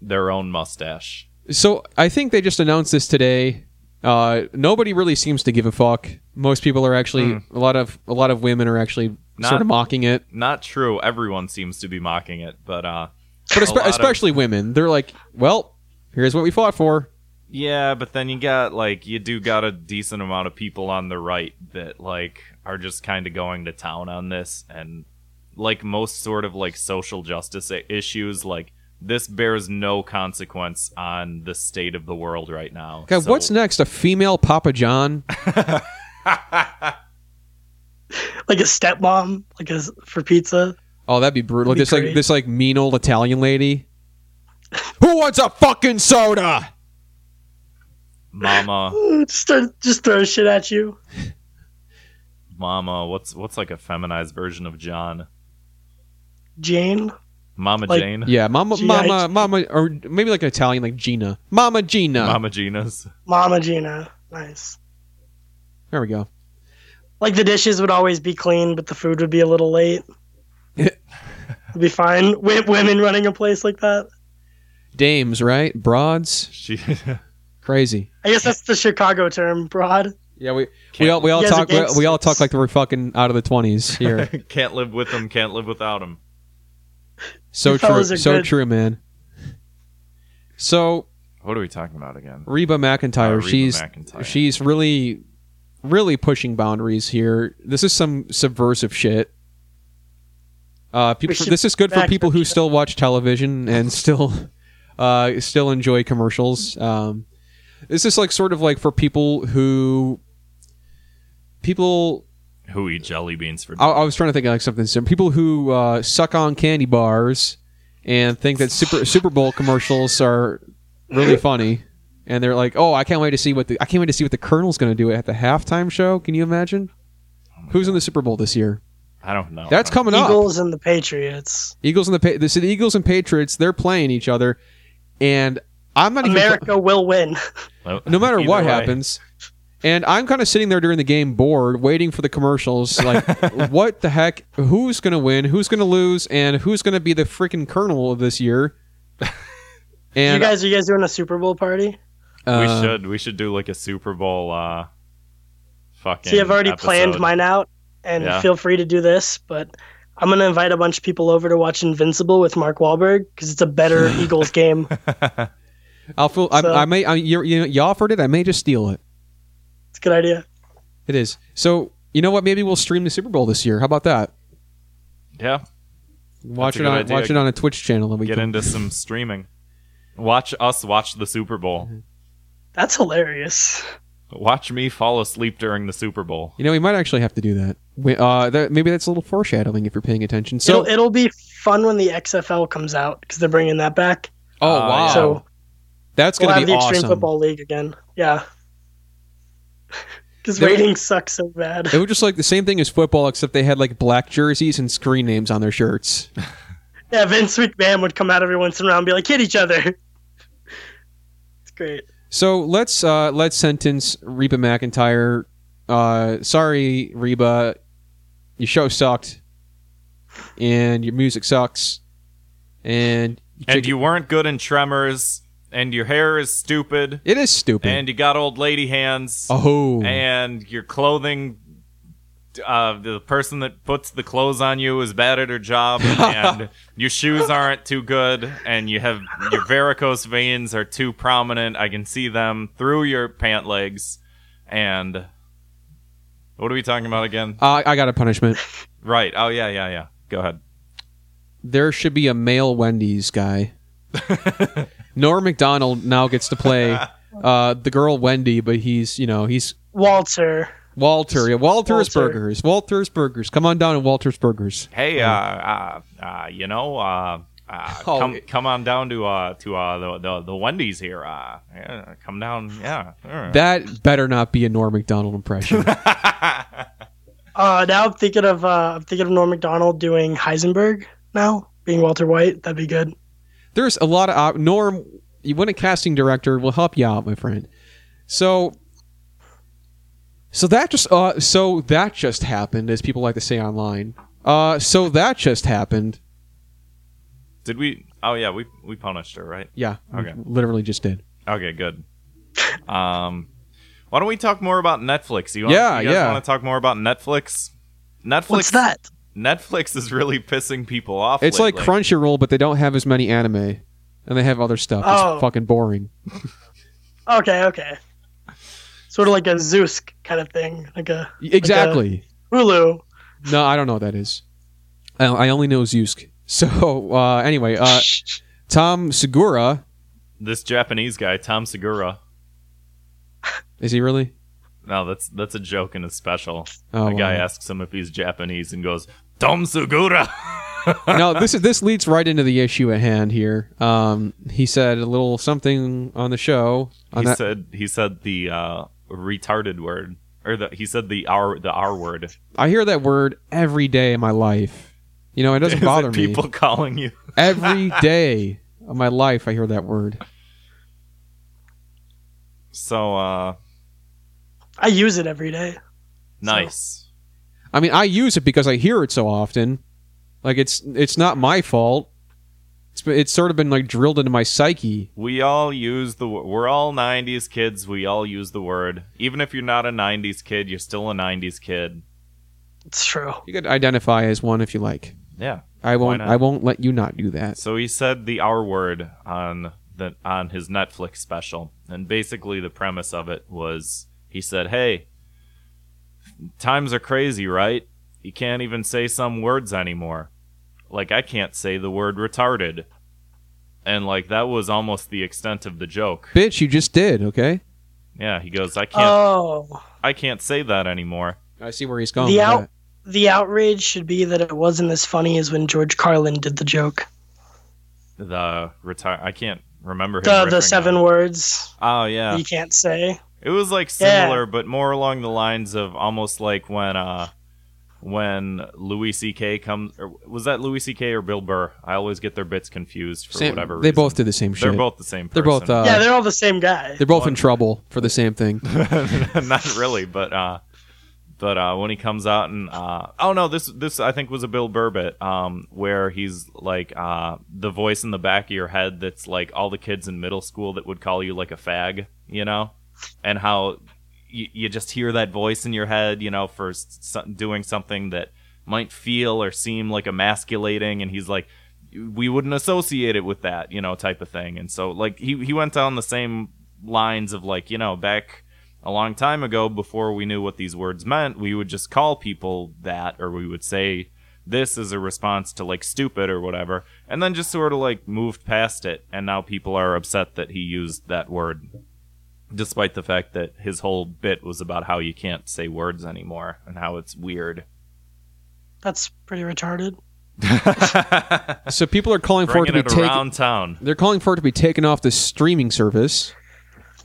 [SPEAKER 9] their own mustache.
[SPEAKER 8] So I think they just announced this today. Uh, nobody really seems to give a fuck. Most people are actually a lot of a lot of women are actually sort
[SPEAKER 9] Not-
[SPEAKER 8] of mocking it,
[SPEAKER 9] Not true. Everyone seems to be mocking it, but uh
[SPEAKER 8] but
[SPEAKER 9] a
[SPEAKER 8] espe-
[SPEAKER 9] lot of-
[SPEAKER 8] especially women. They're like, "Well, here's what we fought for."
[SPEAKER 9] Yeah, but then you got like you do got a decent amount of people on the right that like are just kind of going to town on this and like most sort of like social justice i- issues like this bears no consequence on the state of the world right now.
[SPEAKER 8] God,
[SPEAKER 9] So-
[SPEAKER 8] what's next? A female Papa John?
[SPEAKER 10] Like a stepmom, like a, for pizza.
[SPEAKER 8] Oh, that'd be brutal.
[SPEAKER 10] That'd be
[SPEAKER 8] this like
[SPEAKER 10] great.
[SPEAKER 8] this like mean old Italian lady. Who wants a fucking soda?
[SPEAKER 9] mama
[SPEAKER 10] Just, start, just throw shit at you.
[SPEAKER 9] mama what's what's like a feminized version of John?
[SPEAKER 10] Jane.
[SPEAKER 9] Mama
[SPEAKER 10] Like-
[SPEAKER 9] Jane?
[SPEAKER 8] Yeah, mama,
[SPEAKER 10] Gee, I-
[SPEAKER 8] mama, mama, or maybe like an Italian, like Gina, Mama Gina.
[SPEAKER 9] Mama Gina's.
[SPEAKER 10] Mama Gina. Nice.
[SPEAKER 8] There we go.
[SPEAKER 10] Like the dishes would always be clean, but the food would be a little
[SPEAKER 8] [LAUGHS]
[SPEAKER 10] late. It'd be fine. Wi women running a place like that.
[SPEAKER 8] Dames, right? Broads,
[SPEAKER 9] [LAUGHS] She
[SPEAKER 8] crazy.
[SPEAKER 10] I guess that's the Chicago term, broad.
[SPEAKER 8] Yeah, we we all we all
[SPEAKER 10] You guys are
[SPEAKER 8] talk we, we all
[SPEAKER 10] gangsters.
[SPEAKER 8] talk like we're fucking out of the twenties here.
[SPEAKER 9] [LAUGHS] can't live with him, can't live without him.
[SPEAKER 8] So
[SPEAKER 10] You
[SPEAKER 8] true,
[SPEAKER 10] fellas are
[SPEAKER 8] so
[SPEAKER 10] good.
[SPEAKER 8] true, man. So
[SPEAKER 9] What are we talking about again?
[SPEAKER 8] Reba McIntyre,
[SPEAKER 9] Uh, Reba
[SPEAKER 8] she's
[SPEAKER 9] McEntire.
[SPEAKER 8] she's really really pushing boundaries here. This is some subversive shit. Uh, people,
[SPEAKER 10] We should
[SPEAKER 8] this is good for
[SPEAKER 10] back
[SPEAKER 8] people
[SPEAKER 10] that
[SPEAKER 8] who
[SPEAKER 10] shit.
[SPEAKER 8] still watch
[SPEAKER 10] [LAUGHS]
[SPEAKER 8] television and still uh, still enjoy commercials. Um, this is like sort of like for people who people
[SPEAKER 9] Who eat jelly beans for
[SPEAKER 8] I, I was trying to think of like something similar. People who uh, suck on candy bars and think that Super Super Bowl commercials are really funny, and they're like, "Oh, I can't wait to see what the I can't wait to see what the Colonel's going to do at the halftime show." Can you imagine? Who's in the Super Bowl this year?
[SPEAKER 9] I don't know.
[SPEAKER 8] That's coming up.
[SPEAKER 10] Eagles and the Patriots.
[SPEAKER 8] Eagles and the Pa- the, so the Eagles and Patriots, they're playing each other, and I'm not
[SPEAKER 10] America will win.
[SPEAKER 9] Well,
[SPEAKER 8] even no matter
[SPEAKER 9] either
[SPEAKER 8] what
[SPEAKER 9] way.
[SPEAKER 8] happens. And I'm kind of sitting there during the game bored, waiting for the commercials.
[SPEAKER 10] [LAUGHS]
[SPEAKER 8] Like, what the heck? Who's gonna win? Who's gonna lose? And who's gonna be the freaking colonel of
[SPEAKER 10] [LAUGHS]
[SPEAKER 8] this year?
[SPEAKER 10] You
[SPEAKER 8] And
[SPEAKER 10] guys, are you guys doing a Super Bowl party?
[SPEAKER 9] We
[SPEAKER 8] uh,
[SPEAKER 9] should we should do like a Super Bowl uh fucking
[SPEAKER 10] See, I've already planned
[SPEAKER 9] episode.
[SPEAKER 10] mine out, and
[SPEAKER 9] Yeah.
[SPEAKER 10] feel free to do this, but I'm gonna invite a bunch of people over to watch Invincible with Mark Wahlberg because it's a
[SPEAKER 8] [LAUGHS]
[SPEAKER 10] better Eagles game.
[SPEAKER 8] I'll feel. I,
[SPEAKER 10] So-
[SPEAKER 8] I may. I, you, you, you offered it. I may just steal it.
[SPEAKER 10] It's a good idea.
[SPEAKER 8] It is. So you know what? Maybe we'll stream the Super Bowl this year. How about that?
[SPEAKER 9] [LAUGHS] Yeah,
[SPEAKER 8] Watch
[SPEAKER 9] a
[SPEAKER 8] it
[SPEAKER 9] good
[SPEAKER 8] on
[SPEAKER 9] idea.
[SPEAKER 8] watch it on a Twitch channel that we
[SPEAKER 9] get
[SPEAKER 8] can.
[SPEAKER 9] into some streaming. Watch us watch the Super Bowl.
[SPEAKER 10] That's hilarious.
[SPEAKER 8] Mm-hmm.
[SPEAKER 9] Watch me fall asleep during the Super Bowl.
[SPEAKER 8] You know, we might actually have to do that. We, uh, that maybe that's a little foreshadowing if you're paying attention. So,
[SPEAKER 10] it'll, it'll be fun when the XFL comes out because they're bringing that back.
[SPEAKER 8] oh
[SPEAKER 9] Uh,
[SPEAKER 8] wow,
[SPEAKER 9] yeah.
[SPEAKER 10] So
[SPEAKER 8] that's
[SPEAKER 10] we'll
[SPEAKER 8] gonna
[SPEAKER 10] have
[SPEAKER 8] be
[SPEAKER 10] the
[SPEAKER 8] awesome.
[SPEAKER 10] Extreme Football League again. Yeah. [LAUGHS] Because
[SPEAKER 8] They-
[SPEAKER 10] ratings suck so bad.
[SPEAKER 8] It was just like the same thing as football, except they had like black jerseys and screen names on their shirts.
[SPEAKER 10] Yeah, Vince McMahon would come out every once in a while and be like, hit each other. [LAUGHS] It's great.
[SPEAKER 8] So let's uh, let's sentence Reba McIntyre. Uh, sorry, Reba, your show sucked, and your music sucks, and,
[SPEAKER 9] And you weren't good in Tremors and your hair is stupid
[SPEAKER 8] it is stupid.
[SPEAKER 9] and you got old lady hands
[SPEAKER 8] oh,
[SPEAKER 9] and your clothing uh, the person that puts the clothes on you is bad at her job and your shoes aren't too good and you have your varicose veins are too prominent i can see them through your pant legs and what are we talking about again
[SPEAKER 8] Uh, I, I got a punishment.
[SPEAKER 9] right oh yeah yeah yeah go ahead
[SPEAKER 8] There should be a male
[SPEAKER 9] [LAUGHS]
[SPEAKER 8] Wendy's guy. Norm McDonald now gets to play uh, the girl Wendy, but he's you know he's
[SPEAKER 10] Walter.
[SPEAKER 8] Walter. Yeah, Walter's
[SPEAKER 10] Walter.
[SPEAKER 8] Burgers. Walter's Burgers. Come on down to Walter's Burgers.
[SPEAKER 9] hey uh, uh, uh you know uh uh,
[SPEAKER 8] Oh,
[SPEAKER 9] come
[SPEAKER 8] it-
[SPEAKER 9] come on down to uh to uh the the, the Wendy's here uh yeah, come down yeah sure.
[SPEAKER 8] That better not be a Norm McDonald
[SPEAKER 9] [LAUGHS]
[SPEAKER 8] impression.
[SPEAKER 10] Uh, now I'm thinking of uh, I'm thinking of Norm Macdonald doing Heisenberg now, being Walter White. That'd be good.
[SPEAKER 8] There's a lot of op- Norm. You win a casting director, will help you out, my friend. So, so that just uh, so that just happened, as people like to say online. Uh, so that just happened.
[SPEAKER 9] Did we? Oh yeah, we we punished her, right?
[SPEAKER 8] Yeah.
[SPEAKER 9] Okay.
[SPEAKER 8] Literally just did.
[SPEAKER 9] Okay, good. Um, why don't we talk more about Netflix? You want,
[SPEAKER 8] Yeah,
[SPEAKER 9] you guys
[SPEAKER 8] yeah.
[SPEAKER 9] Want to talk more about Netflix? Netflix.
[SPEAKER 10] What's that?
[SPEAKER 9] Netflix is really pissing people off.
[SPEAKER 8] It's like
[SPEAKER 9] lately.
[SPEAKER 8] Crunchyroll, but they don't have as many anime, and they have other stuff. It's
[SPEAKER 10] Oh.
[SPEAKER 8] fucking boring.
[SPEAKER 10] Okay, okay. Sort of like a Zeus kind of thing, like a
[SPEAKER 8] Exactly.
[SPEAKER 10] Hulu.
[SPEAKER 8] No, I don't know what that is. I, I only know Zeusk. [LAUGHS] So uh, anyway, uh, Tom Segura
[SPEAKER 9] this Japanese guy, Tom Segura.
[SPEAKER 8] is he really?
[SPEAKER 9] No, that's that's a joke in a special.
[SPEAKER 8] Oh,
[SPEAKER 9] a guy
[SPEAKER 8] wow.
[SPEAKER 9] asks him if he's Japanese and goes, "Tom Segura." [LAUGHS]
[SPEAKER 8] no, this is this leads right into the issue at hand here. Um, he said a little something on the show. On
[SPEAKER 9] he
[SPEAKER 8] that,
[SPEAKER 9] said he said the uh, retarded word, or the he said the r the r word.
[SPEAKER 8] I hear that word every day in my life. You know, it
[SPEAKER 9] [LAUGHS]
[SPEAKER 8] doesn't
[SPEAKER 9] Is it
[SPEAKER 8] bother me.
[SPEAKER 9] people calling you.
[SPEAKER 8] Every day of my life, I hear that word.
[SPEAKER 9] So uh,
[SPEAKER 10] I use it every day.
[SPEAKER 9] nice.
[SPEAKER 8] I mean, I use it because I hear it so often. Like it's it's not my fault. It's it's sort of been like drilled into my psyche.
[SPEAKER 9] We all use the wo- we're all 90s kids, we all use the word. Even if you're not a 90s kid, you're still a 90s kid.
[SPEAKER 10] It's true.
[SPEAKER 8] You could identify as one if you like.
[SPEAKER 9] Yeah.
[SPEAKER 8] I won't
[SPEAKER 9] not?
[SPEAKER 8] I won't let you not do that.
[SPEAKER 9] So he said the R word on the on his Netflix special. And basically the premise of it was he said, "Hey, times are crazy, right? You can't even say some words anymore. Like I can't say the word retarded." And like that was almost the extent of the joke.
[SPEAKER 8] Bitch, you just did, okay?
[SPEAKER 9] Yeah, he goes, "I can't
[SPEAKER 10] Oh,
[SPEAKER 9] I can't say that anymore."
[SPEAKER 8] I see where he's going.
[SPEAKER 10] The
[SPEAKER 8] with
[SPEAKER 10] out-
[SPEAKER 8] that.
[SPEAKER 10] the outrage should be that it wasn't as funny as when George Carlin did the joke.
[SPEAKER 9] the retire. I can't remember him
[SPEAKER 10] The
[SPEAKER 9] riffing
[SPEAKER 10] the seven
[SPEAKER 9] on-
[SPEAKER 10] words
[SPEAKER 9] Oh yeah,
[SPEAKER 10] you can't say.
[SPEAKER 9] it was like similar, but more along the lines of almost like when uh, when Louis C.K. comes. Or was that Louis C.K. or Bill Burr? I always get their bits confused for
[SPEAKER 8] Same-
[SPEAKER 9] whatever.
[SPEAKER 8] they
[SPEAKER 9] reason.
[SPEAKER 8] both did the same shit.
[SPEAKER 9] They're both the same.
[SPEAKER 8] They're both,
[SPEAKER 9] person.
[SPEAKER 8] uh,
[SPEAKER 10] yeah, they're all the same guy.
[SPEAKER 8] They're both in trouble for the
[SPEAKER 9] [LAUGHS]
[SPEAKER 8] same thing.
[SPEAKER 9] not really, but uh, but uh, when he comes out and uh, oh no, this this I think was a Bill Burr bit, um, where he's like uh, the voice in the back of your head that's like all the kids in middle school that would call you like a fag, you know, and how you, you just hear that voice in your head, you know, for s- so- doing something that might feel or seem like emasculating, and he's like. We wouldn't associate it with that, you know, type of thing. And so, like, he, he went down the same lines of, like, you know, back a long time ago before we knew what these words meant we would just call people that or we would say this as a response to like stupid or whatever and then just sort of like moved past it and now people are upset that he used that word despite the fact that his whole bit was about how you can't say words anymore and how it's weird
[SPEAKER 10] That's pretty retarded.
[SPEAKER 8] So people are calling for it to
[SPEAKER 9] bringing
[SPEAKER 8] be
[SPEAKER 9] it
[SPEAKER 8] taken.
[SPEAKER 9] around town
[SPEAKER 8] They're calling for it to be taken off the streaming service,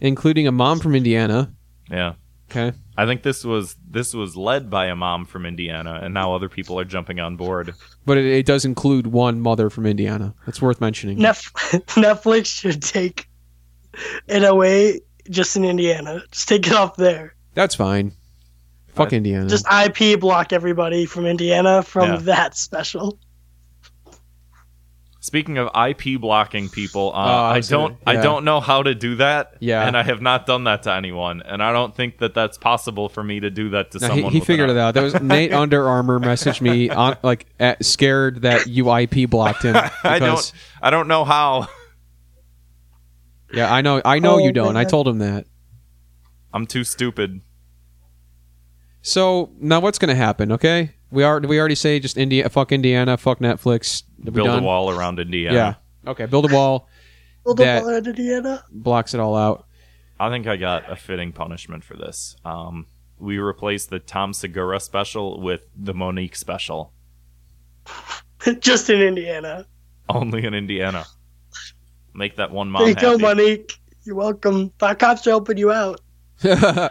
[SPEAKER 8] including a mom from Indiana.
[SPEAKER 9] yeah
[SPEAKER 8] Okay,
[SPEAKER 9] i think this was this was led by a mom from indiana and now other people are jumping on board
[SPEAKER 8] but it, it does include one mother from Indiana. That's worth mentioning.
[SPEAKER 10] Nef- [LAUGHS] Netflix should take it away just in Indiana. Just take it off there.
[SPEAKER 8] That's fine. Fuck
[SPEAKER 9] I-
[SPEAKER 8] Indiana.
[SPEAKER 10] Just IP block everybody from Indiana from
[SPEAKER 9] Yeah.
[SPEAKER 10] that special.
[SPEAKER 9] Speaking of IP blocking people, uh,
[SPEAKER 8] Ah, I
[SPEAKER 9] I
[SPEAKER 8] was
[SPEAKER 9] don't
[SPEAKER 8] gonna- yeah.
[SPEAKER 9] I don't know how to do that.
[SPEAKER 8] Yeah.
[SPEAKER 9] and I have not done that to anyone, and I don't think that that's possible for me to do that to
[SPEAKER 8] No, he,
[SPEAKER 9] someone.
[SPEAKER 8] he
[SPEAKER 9] with
[SPEAKER 8] figured
[SPEAKER 9] an
[SPEAKER 8] it out. That was Nate Under Armour messaged
[SPEAKER 9] [LAUGHS]
[SPEAKER 8] me on like at, scared that you IP blocked him.
[SPEAKER 9] I
[SPEAKER 8] because-
[SPEAKER 9] don't I don't know how. [LAUGHS]
[SPEAKER 8] Yeah, I know. I know
[SPEAKER 10] Oh,
[SPEAKER 8] you don't. I
[SPEAKER 10] man.
[SPEAKER 8] told him that.
[SPEAKER 9] I'm too stupid.
[SPEAKER 8] So now what's gonna happen? Okay, we are. Did we already say just India? Fuck Indiana. Fuck Netflix. Are we
[SPEAKER 9] Build
[SPEAKER 8] done?
[SPEAKER 9] a wall around
[SPEAKER 8] Yeah.
[SPEAKER 9] Indiana.
[SPEAKER 8] Okay. Build a wall.
[SPEAKER 10] Build a
[SPEAKER 8] That-
[SPEAKER 10] wall around Indiana. [LAUGHS]
[SPEAKER 8] Blocks it all out.
[SPEAKER 9] I think I got a fitting punishment for this. Um, we replaced the Tom Segura special with the Monique special, [LAUGHS]
[SPEAKER 10] just in Indiana.
[SPEAKER 9] only in Indiana. Make that one mom
[SPEAKER 10] There you go,
[SPEAKER 9] happy.
[SPEAKER 10] Monique. You're welcome. Thought cops are helping you out.
[SPEAKER 8] [LAUGHS]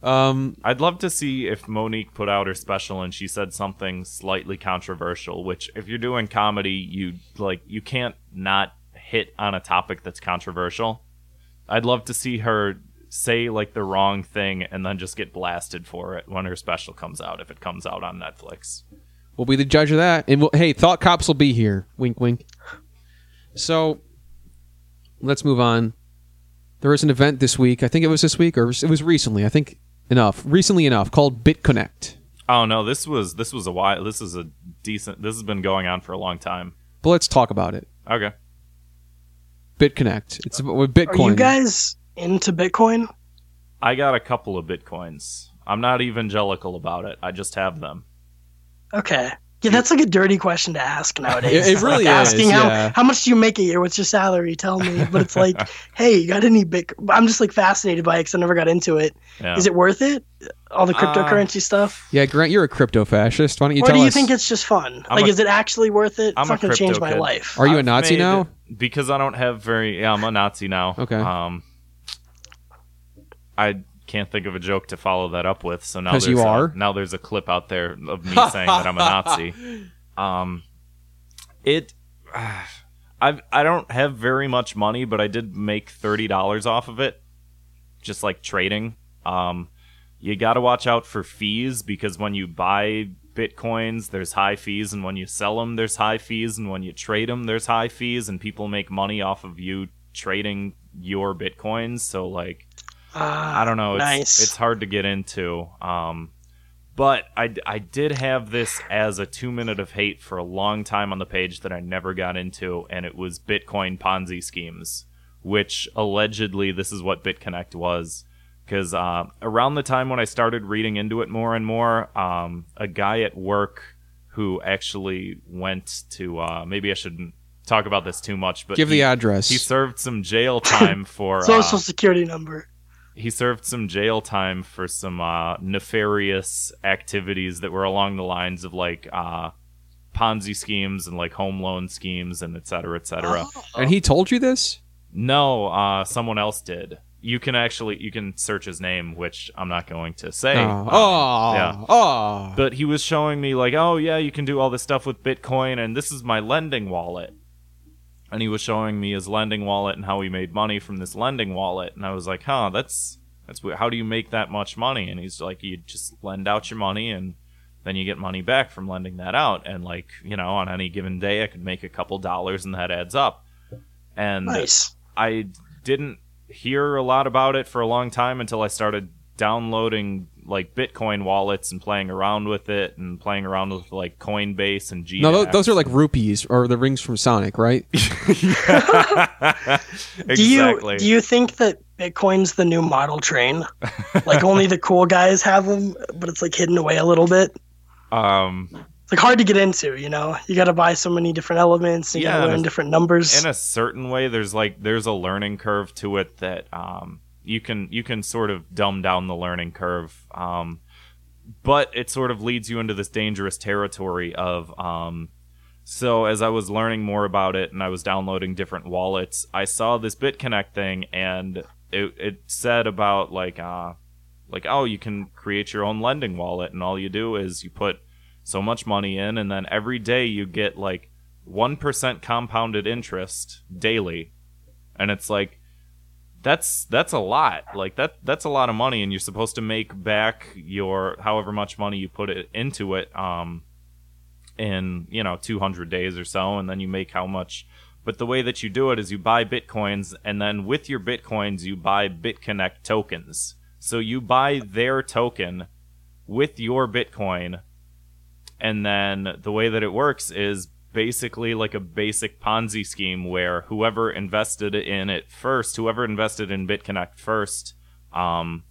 [SPEAKER 8] um.
[SPEAKER 9] I'd love to see if Monique put out her special and she said something slightly controversial, which if you're doing comedy, you like you can't not hit on a topic that's controversial. I'd love to see her say like the wrong thing and then just get blasted for it when her special comes out if it comes out on Netflix.
[SPEAKER 8] We'll be the judge of that. And we'll, hey, thought cops will be here. Wink, wink. So let's move on. There was an event this week. I think it was this week, or it was recently. I think enough. Recently enough, called BitConnect.
[SPEAKER 9] Oh no, this was this was a while this is a decent this has been going on for a long time.
[SPEAKER 8] But let's talk about it.
[SPEAKER 9] Okay.
[SPEAKER 8] BitConnect. It's about- with
[SPEAKER 10] Are
[SPEAKER 8] Bitcoin.
[SPEAKER 10] you guys into Bitcoin?
[SPEAKER 9] I got a couple of bitcoins. I'm not evangelical about it. I just have them.
[SPEAKER 10] Okay. Yeah, that's like a dirty question to ask nowadays. [LAUGHS]
[SPEAKER 8] It- it really
[SPEAKER 10] Like
[SPEAKER 8] is,
[SPEAKER 10] asking how,
[SPEAKER 8] yeah.
[SPEAKER 10] how much do you make a year? What's your salary? Tell me. But it's
[SPEAKER 8] [LAUGHS]
[SPEAKER 10] like, hey, you got any big? I'm just like fascinated by it because I never got into it. Is
[SPEAKER 9] Yeah. Uh,
[SPEAKER 10] it worth it? All the cryptocurrency stuff,
[SPEAKER 8] yeah, Grant, you're a crypto fascist. Why don't you
[SPEAKER 10] or
[SPEAKER 8] tell
[SPEAKER 10] do you
[SPEAKER 8] us?
[SPEAKER 10] think it's just fun?
[SPEAKER 9] I'm
[SPEAKER 10] like,
[SPEAKER 9] a-
[SPEAKER 10] is it actually worth it?
[SPEAKER 9] I'm
[SPEAKER 10] it's
[SPEAKER 9] a
[SPEAKER 10] not going to change
[SPEAKER 9] crypto
[SPEAKER 10] my
[SPEAKER 9] kid.
[SPEAKER 10] life.
[SPEAKER 8] Are you a
[SPEAKER 9] I've
[SPEAKER 8] Nazi
[SPEAKER 9] made-
[SPEAKER 8] now?
[SPEAKER 9] Because I don't have very. Yeah, I'm a Nazi now.
[SPEAKER 8] Okay.
[SPEAKER 9] Um, I can't think of a joke to follow that up with. So now
[SPEAKER 8] 'Cause
[SPEAKER 9] there's
[SPEAKER 8] you
[SPEAKER 9] a-
[SPEAKER 8] are?
[SPEAKER 9] now there's a clip out there of
[SPEAKER 8] [LAUGHS]
[SPEAKER 9] me saying that I'm a Nazi. Um, it. [SIGHS] I've I don't have very much money, but I did make thirty dollars off of it, just like trading. Um, you got to watch out for fees because when you buy bitcoins there's high fees and when you sell them there's high fees and when you trade them there's high fees and people make money off of you trading your bitcoins so like
[SPEAKER 10] Uh,
[SPEAKER 9] i don't know it's,
[SPEAKER 10] nice.
[SPEAKER 9] it's hard to get into um but I, I did have this as a two minute of hate for a long time on the page that i never got into and it was bitcoin ponzi schemes which allegedly this is what bitconnect was because uh, around the time when I started reading into it more and more, um, a guy at work who actually went to uh, maybe I shouldn't talk about this too much, but
[SPEAKER 8] Give
[SPEAKER 9] he,
[SPEAKER 8] the address.
[SPEAKER 9] he served some jail time for uh,
[SPEAKER 10] [LAUGHS] Social security number.
[SPEAKER 9] he served some jail time for some uh, nefarious activities that were along the lines of like uh, Ponzi schemes and like home loan
[SPEAKER 10] Uh-huh. Oh,
[SPEAKER 9] schemes and et cetera, et cetera.
[SPEAKER 8] and he told you this?
[SPEAKER 9] No, uh, someone else did. you can actually you can search his name, which I'm not going to say.
[SPEAKER 8] Oh, oh,
[SPEAKER 9] yeah.
[SPEAKER 8] oh.
[SPEAKER 9] But he was showing me like, oh yeah, you can do all this stuff with Bitcoin, and this is my lending wallet. And he was showing me his lending wallet and how he made money from this lending wallet, and I was like, huh, that's that's weird. How do you make that much money? And he's like, you just lend out your money, and then you get money back from lending that out. And like, you know, on any given day, I could make a couple dollars, and that adds up. And
[SPEAKER 10] Nice.
[SPEAKER 9] I didn't hear a lot about it for a long time until I started downloading like Bitcoin wallets and playing around with it and playing around with like Coinbase and G.
[SPEAKER 8] No, tho-
[SPEAKER 9] [LAUGHS]
[SPEAKER 8] those [LAUGHS] are like rupees or the rings from Sonic, right?
[SPEAKER 9] exactly.
[SPEAKER 10] Do you do you think that Bitcoin's the new model train? like only the cool guys have them, but it's like hidden away a little bit.
[SPEAKER 9] um,
[SPEAKER 10] It's like hard to get into, you know. You got to buy so many different elements, you
[SPEAKER 9] Yeah,
[SPEAKER 10] got to learn
[SPEAKER 9] and-
[SPEAKER 10] different numbers.
[SPEAKER 9] in a certain way, there's like there's a learning curve to it that um you can you can sort of dumb down the learning curve um but it sort of leads you into this dangerous territory of um So as I was learning more about it and I was downloading different wallets, I saw this BitConnect thing and it, it said about like uh like oh you can create your own lending wallet and all you do is you put so much money in and then every day you get like 1% compounded interest daily. And it's like that's that's a lot. Like that that's a lot of money and you're supposed to make back your however much money you put it into it um in you know 200 days or so and then you make how much but the way that you do it is you buy bitcoins and then with your bitcoins you buy bitconnect tokens so you buy their token with your bitcoin and then the way that it works is basically like a basic ponzi scheme where whoever invested in it first whoever invested in bitconnect first um,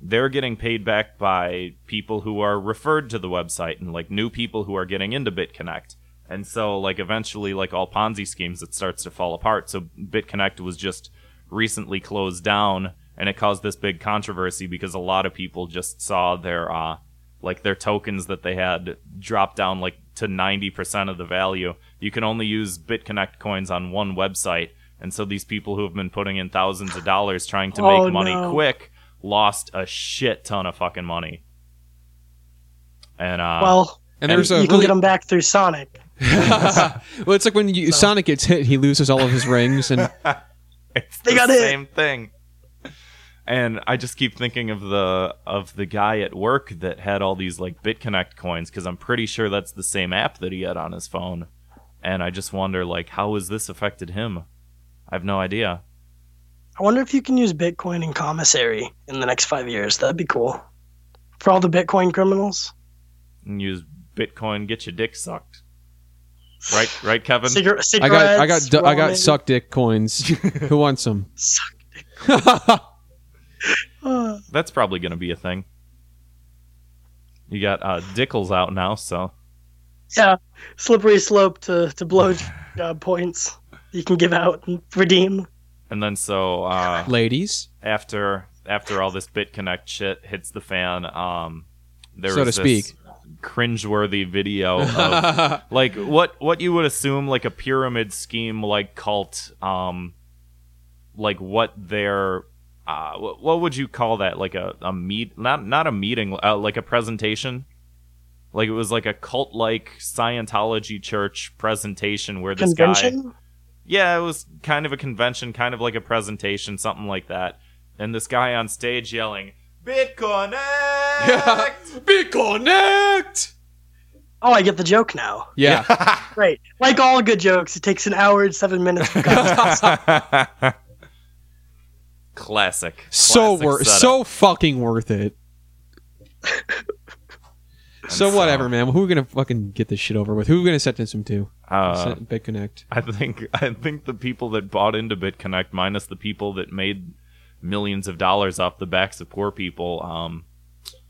[SPEAKER 9] they're getting paid back by people who are referred to the website and like new people who are getting into bitconnect and so like eventually like all ponzi schemes it starts to fall apart so bitconnect was just recently closed down and it caused this big controversy because a lot of people just saw their uh like their tokens that they had drop down like to 90% of the value you can only use bitconnect coins on one website and so these people who have been putting in thousands of dollars trying to
[SPEAKER 10] [SIGHS] Oh,
[SPEAKER 9] make money
[SPEAKER 10] no.
[SPEAKER 9] quick lost a shit ton of fucking money and uh
[SPEAKER 10] well,
[SPEAKER 8] And there's
[SPEAKER 10] you
[SPEAKER 8] a
[SPEAKER 10] can
[SPEAKER 8] really
[SPEAKER 10] get them back through Sonic.
[SPEAKER 8] [LAUGHS] well, it's like when you, Sonic gets hit, he loses all of his
[SPEAKER 9] [LAUGHS]
[SPEAKER 8] rings, and
[SPEAKER 9] it's
[SPEAKER 10] They
[SPEAKER 9] the
[SPEAKER 10] got hit.
[SPEAKER 9] same thing. And I just keep thinking of the of the guy at work that had all these like BitConnect coins because I'm pretty sure that's the same app that he had on his phone. And I just wonder like how has this affected him? I have no idea.
[SPEAKER 10] I wonder if you can use Bitcoin in commissary in the next five years. That'd be cool for all the Bitcoin criminals.
[SPEAKER 9] And Use Bitcoin, get your dick sucked. Right, right, Kevin.
[SPEAKER 10] Cigar-
[SPEAKER 8] I got I got
[SPEAKER 10] cigarettes,
[SPEAKER 8] du- I got
[SPEAKER 10] wallet.
[SPEAKER 8] suck
[SPEAKER 9] [LAUGHS]
[SPEAKER 8] dick coins. Who wants them?
[SPEAKER 10] Suck. Uh,
[SPEAKER 9] That's probably gonna be a thing. You got uh, Dickles out now, so
[SPEAKER 10] [SIGHS] yeah, slippery slope to to
[SPEAKER 8] [SIGHS]
[SPEAKER 10] blow job points you can give out and redeem.
[SPEAKER 9] and then so uh,
[SPEAKER 8] Ladies,
[SPEAKER 9] after after all this BitConnect shit hits the fan, um, there
[SPEAKER 8] So
[SPEAKER 9] was
[SPEAKER 8] to
[SPEAKER 9] this
[SPEAKER 8] speak.
[SPEAKER 9] cringeworthy video
[SPEAKER 8] [LAUGHS]
[SPEAKER 9] of like what what you would assume like a pyramid scheme like cult, um, like what their uh, wh- what would you call that? Like a, a meet, not not a meeting, uh, like a presentation. Like it was like a cult-like Scientology church presentation where this guy,
[SPEAKER 10] Convention.
[SPEAKER 9] yeah, it was kind of a convention, kind of like a presentation, something like that. And this guy on stage yelling, Bitcoin!
[SPEAKER 8] Bitconnect.
[SPEAKER 10] Oh, I get the joke now.
[SPEAKER 8] Yeah,
[SPEAKER 10] Right. Like all good jokes, it takes an hour and seven minutes.
[SPEAKER 8] [LAUGHS]
[SPEAKER 10] For context.
[SPEAKER 9] Classic. Classic.
[SPEAKER 8] so worth,
[SPEAKER 9] setup.
[SPEAKER 8] so fucking worth it.
[SPEAKER 9] [LAUGHS]
[SPEAKER 8] so
[SPEAKER 9] so-
[SPEAKER 8] whatever, man. Who are we gonna fucking get this shit over with? Who are we gonna set this one to?
[SPEAKER 9] Uh,
[SPEAKER 8] Set BitConnect.
[SPEAKER 9] I think I think the people that bought into BitConnect, minus the people that made millions of dollars off the backs of poor people, um, I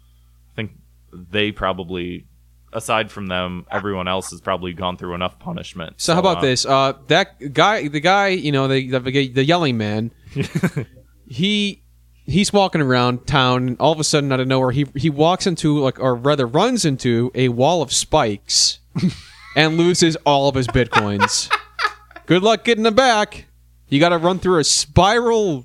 [SPEAKER 9] think they probably, aside from them, everyone else has probably gone through enough punishment.
[SPEAKER 8] So how about
[SPEAKER 9] uh,
[SPEAKER 8] this? Uh, that guy, the guy, you know, the the, the
[SPEAKER 9] [LAUGHS]
[SPEAKER 8] yelling man. he he's walking around town, and all of a sudden, out of nowhere, he he walks into like, or rather, runs into a wall
[SPEAKER 9] [LAUGHS]
[SPEAKER 8] of spikes, and loses all of his bitcoins. Good luck getting them back. You got to run through a spiral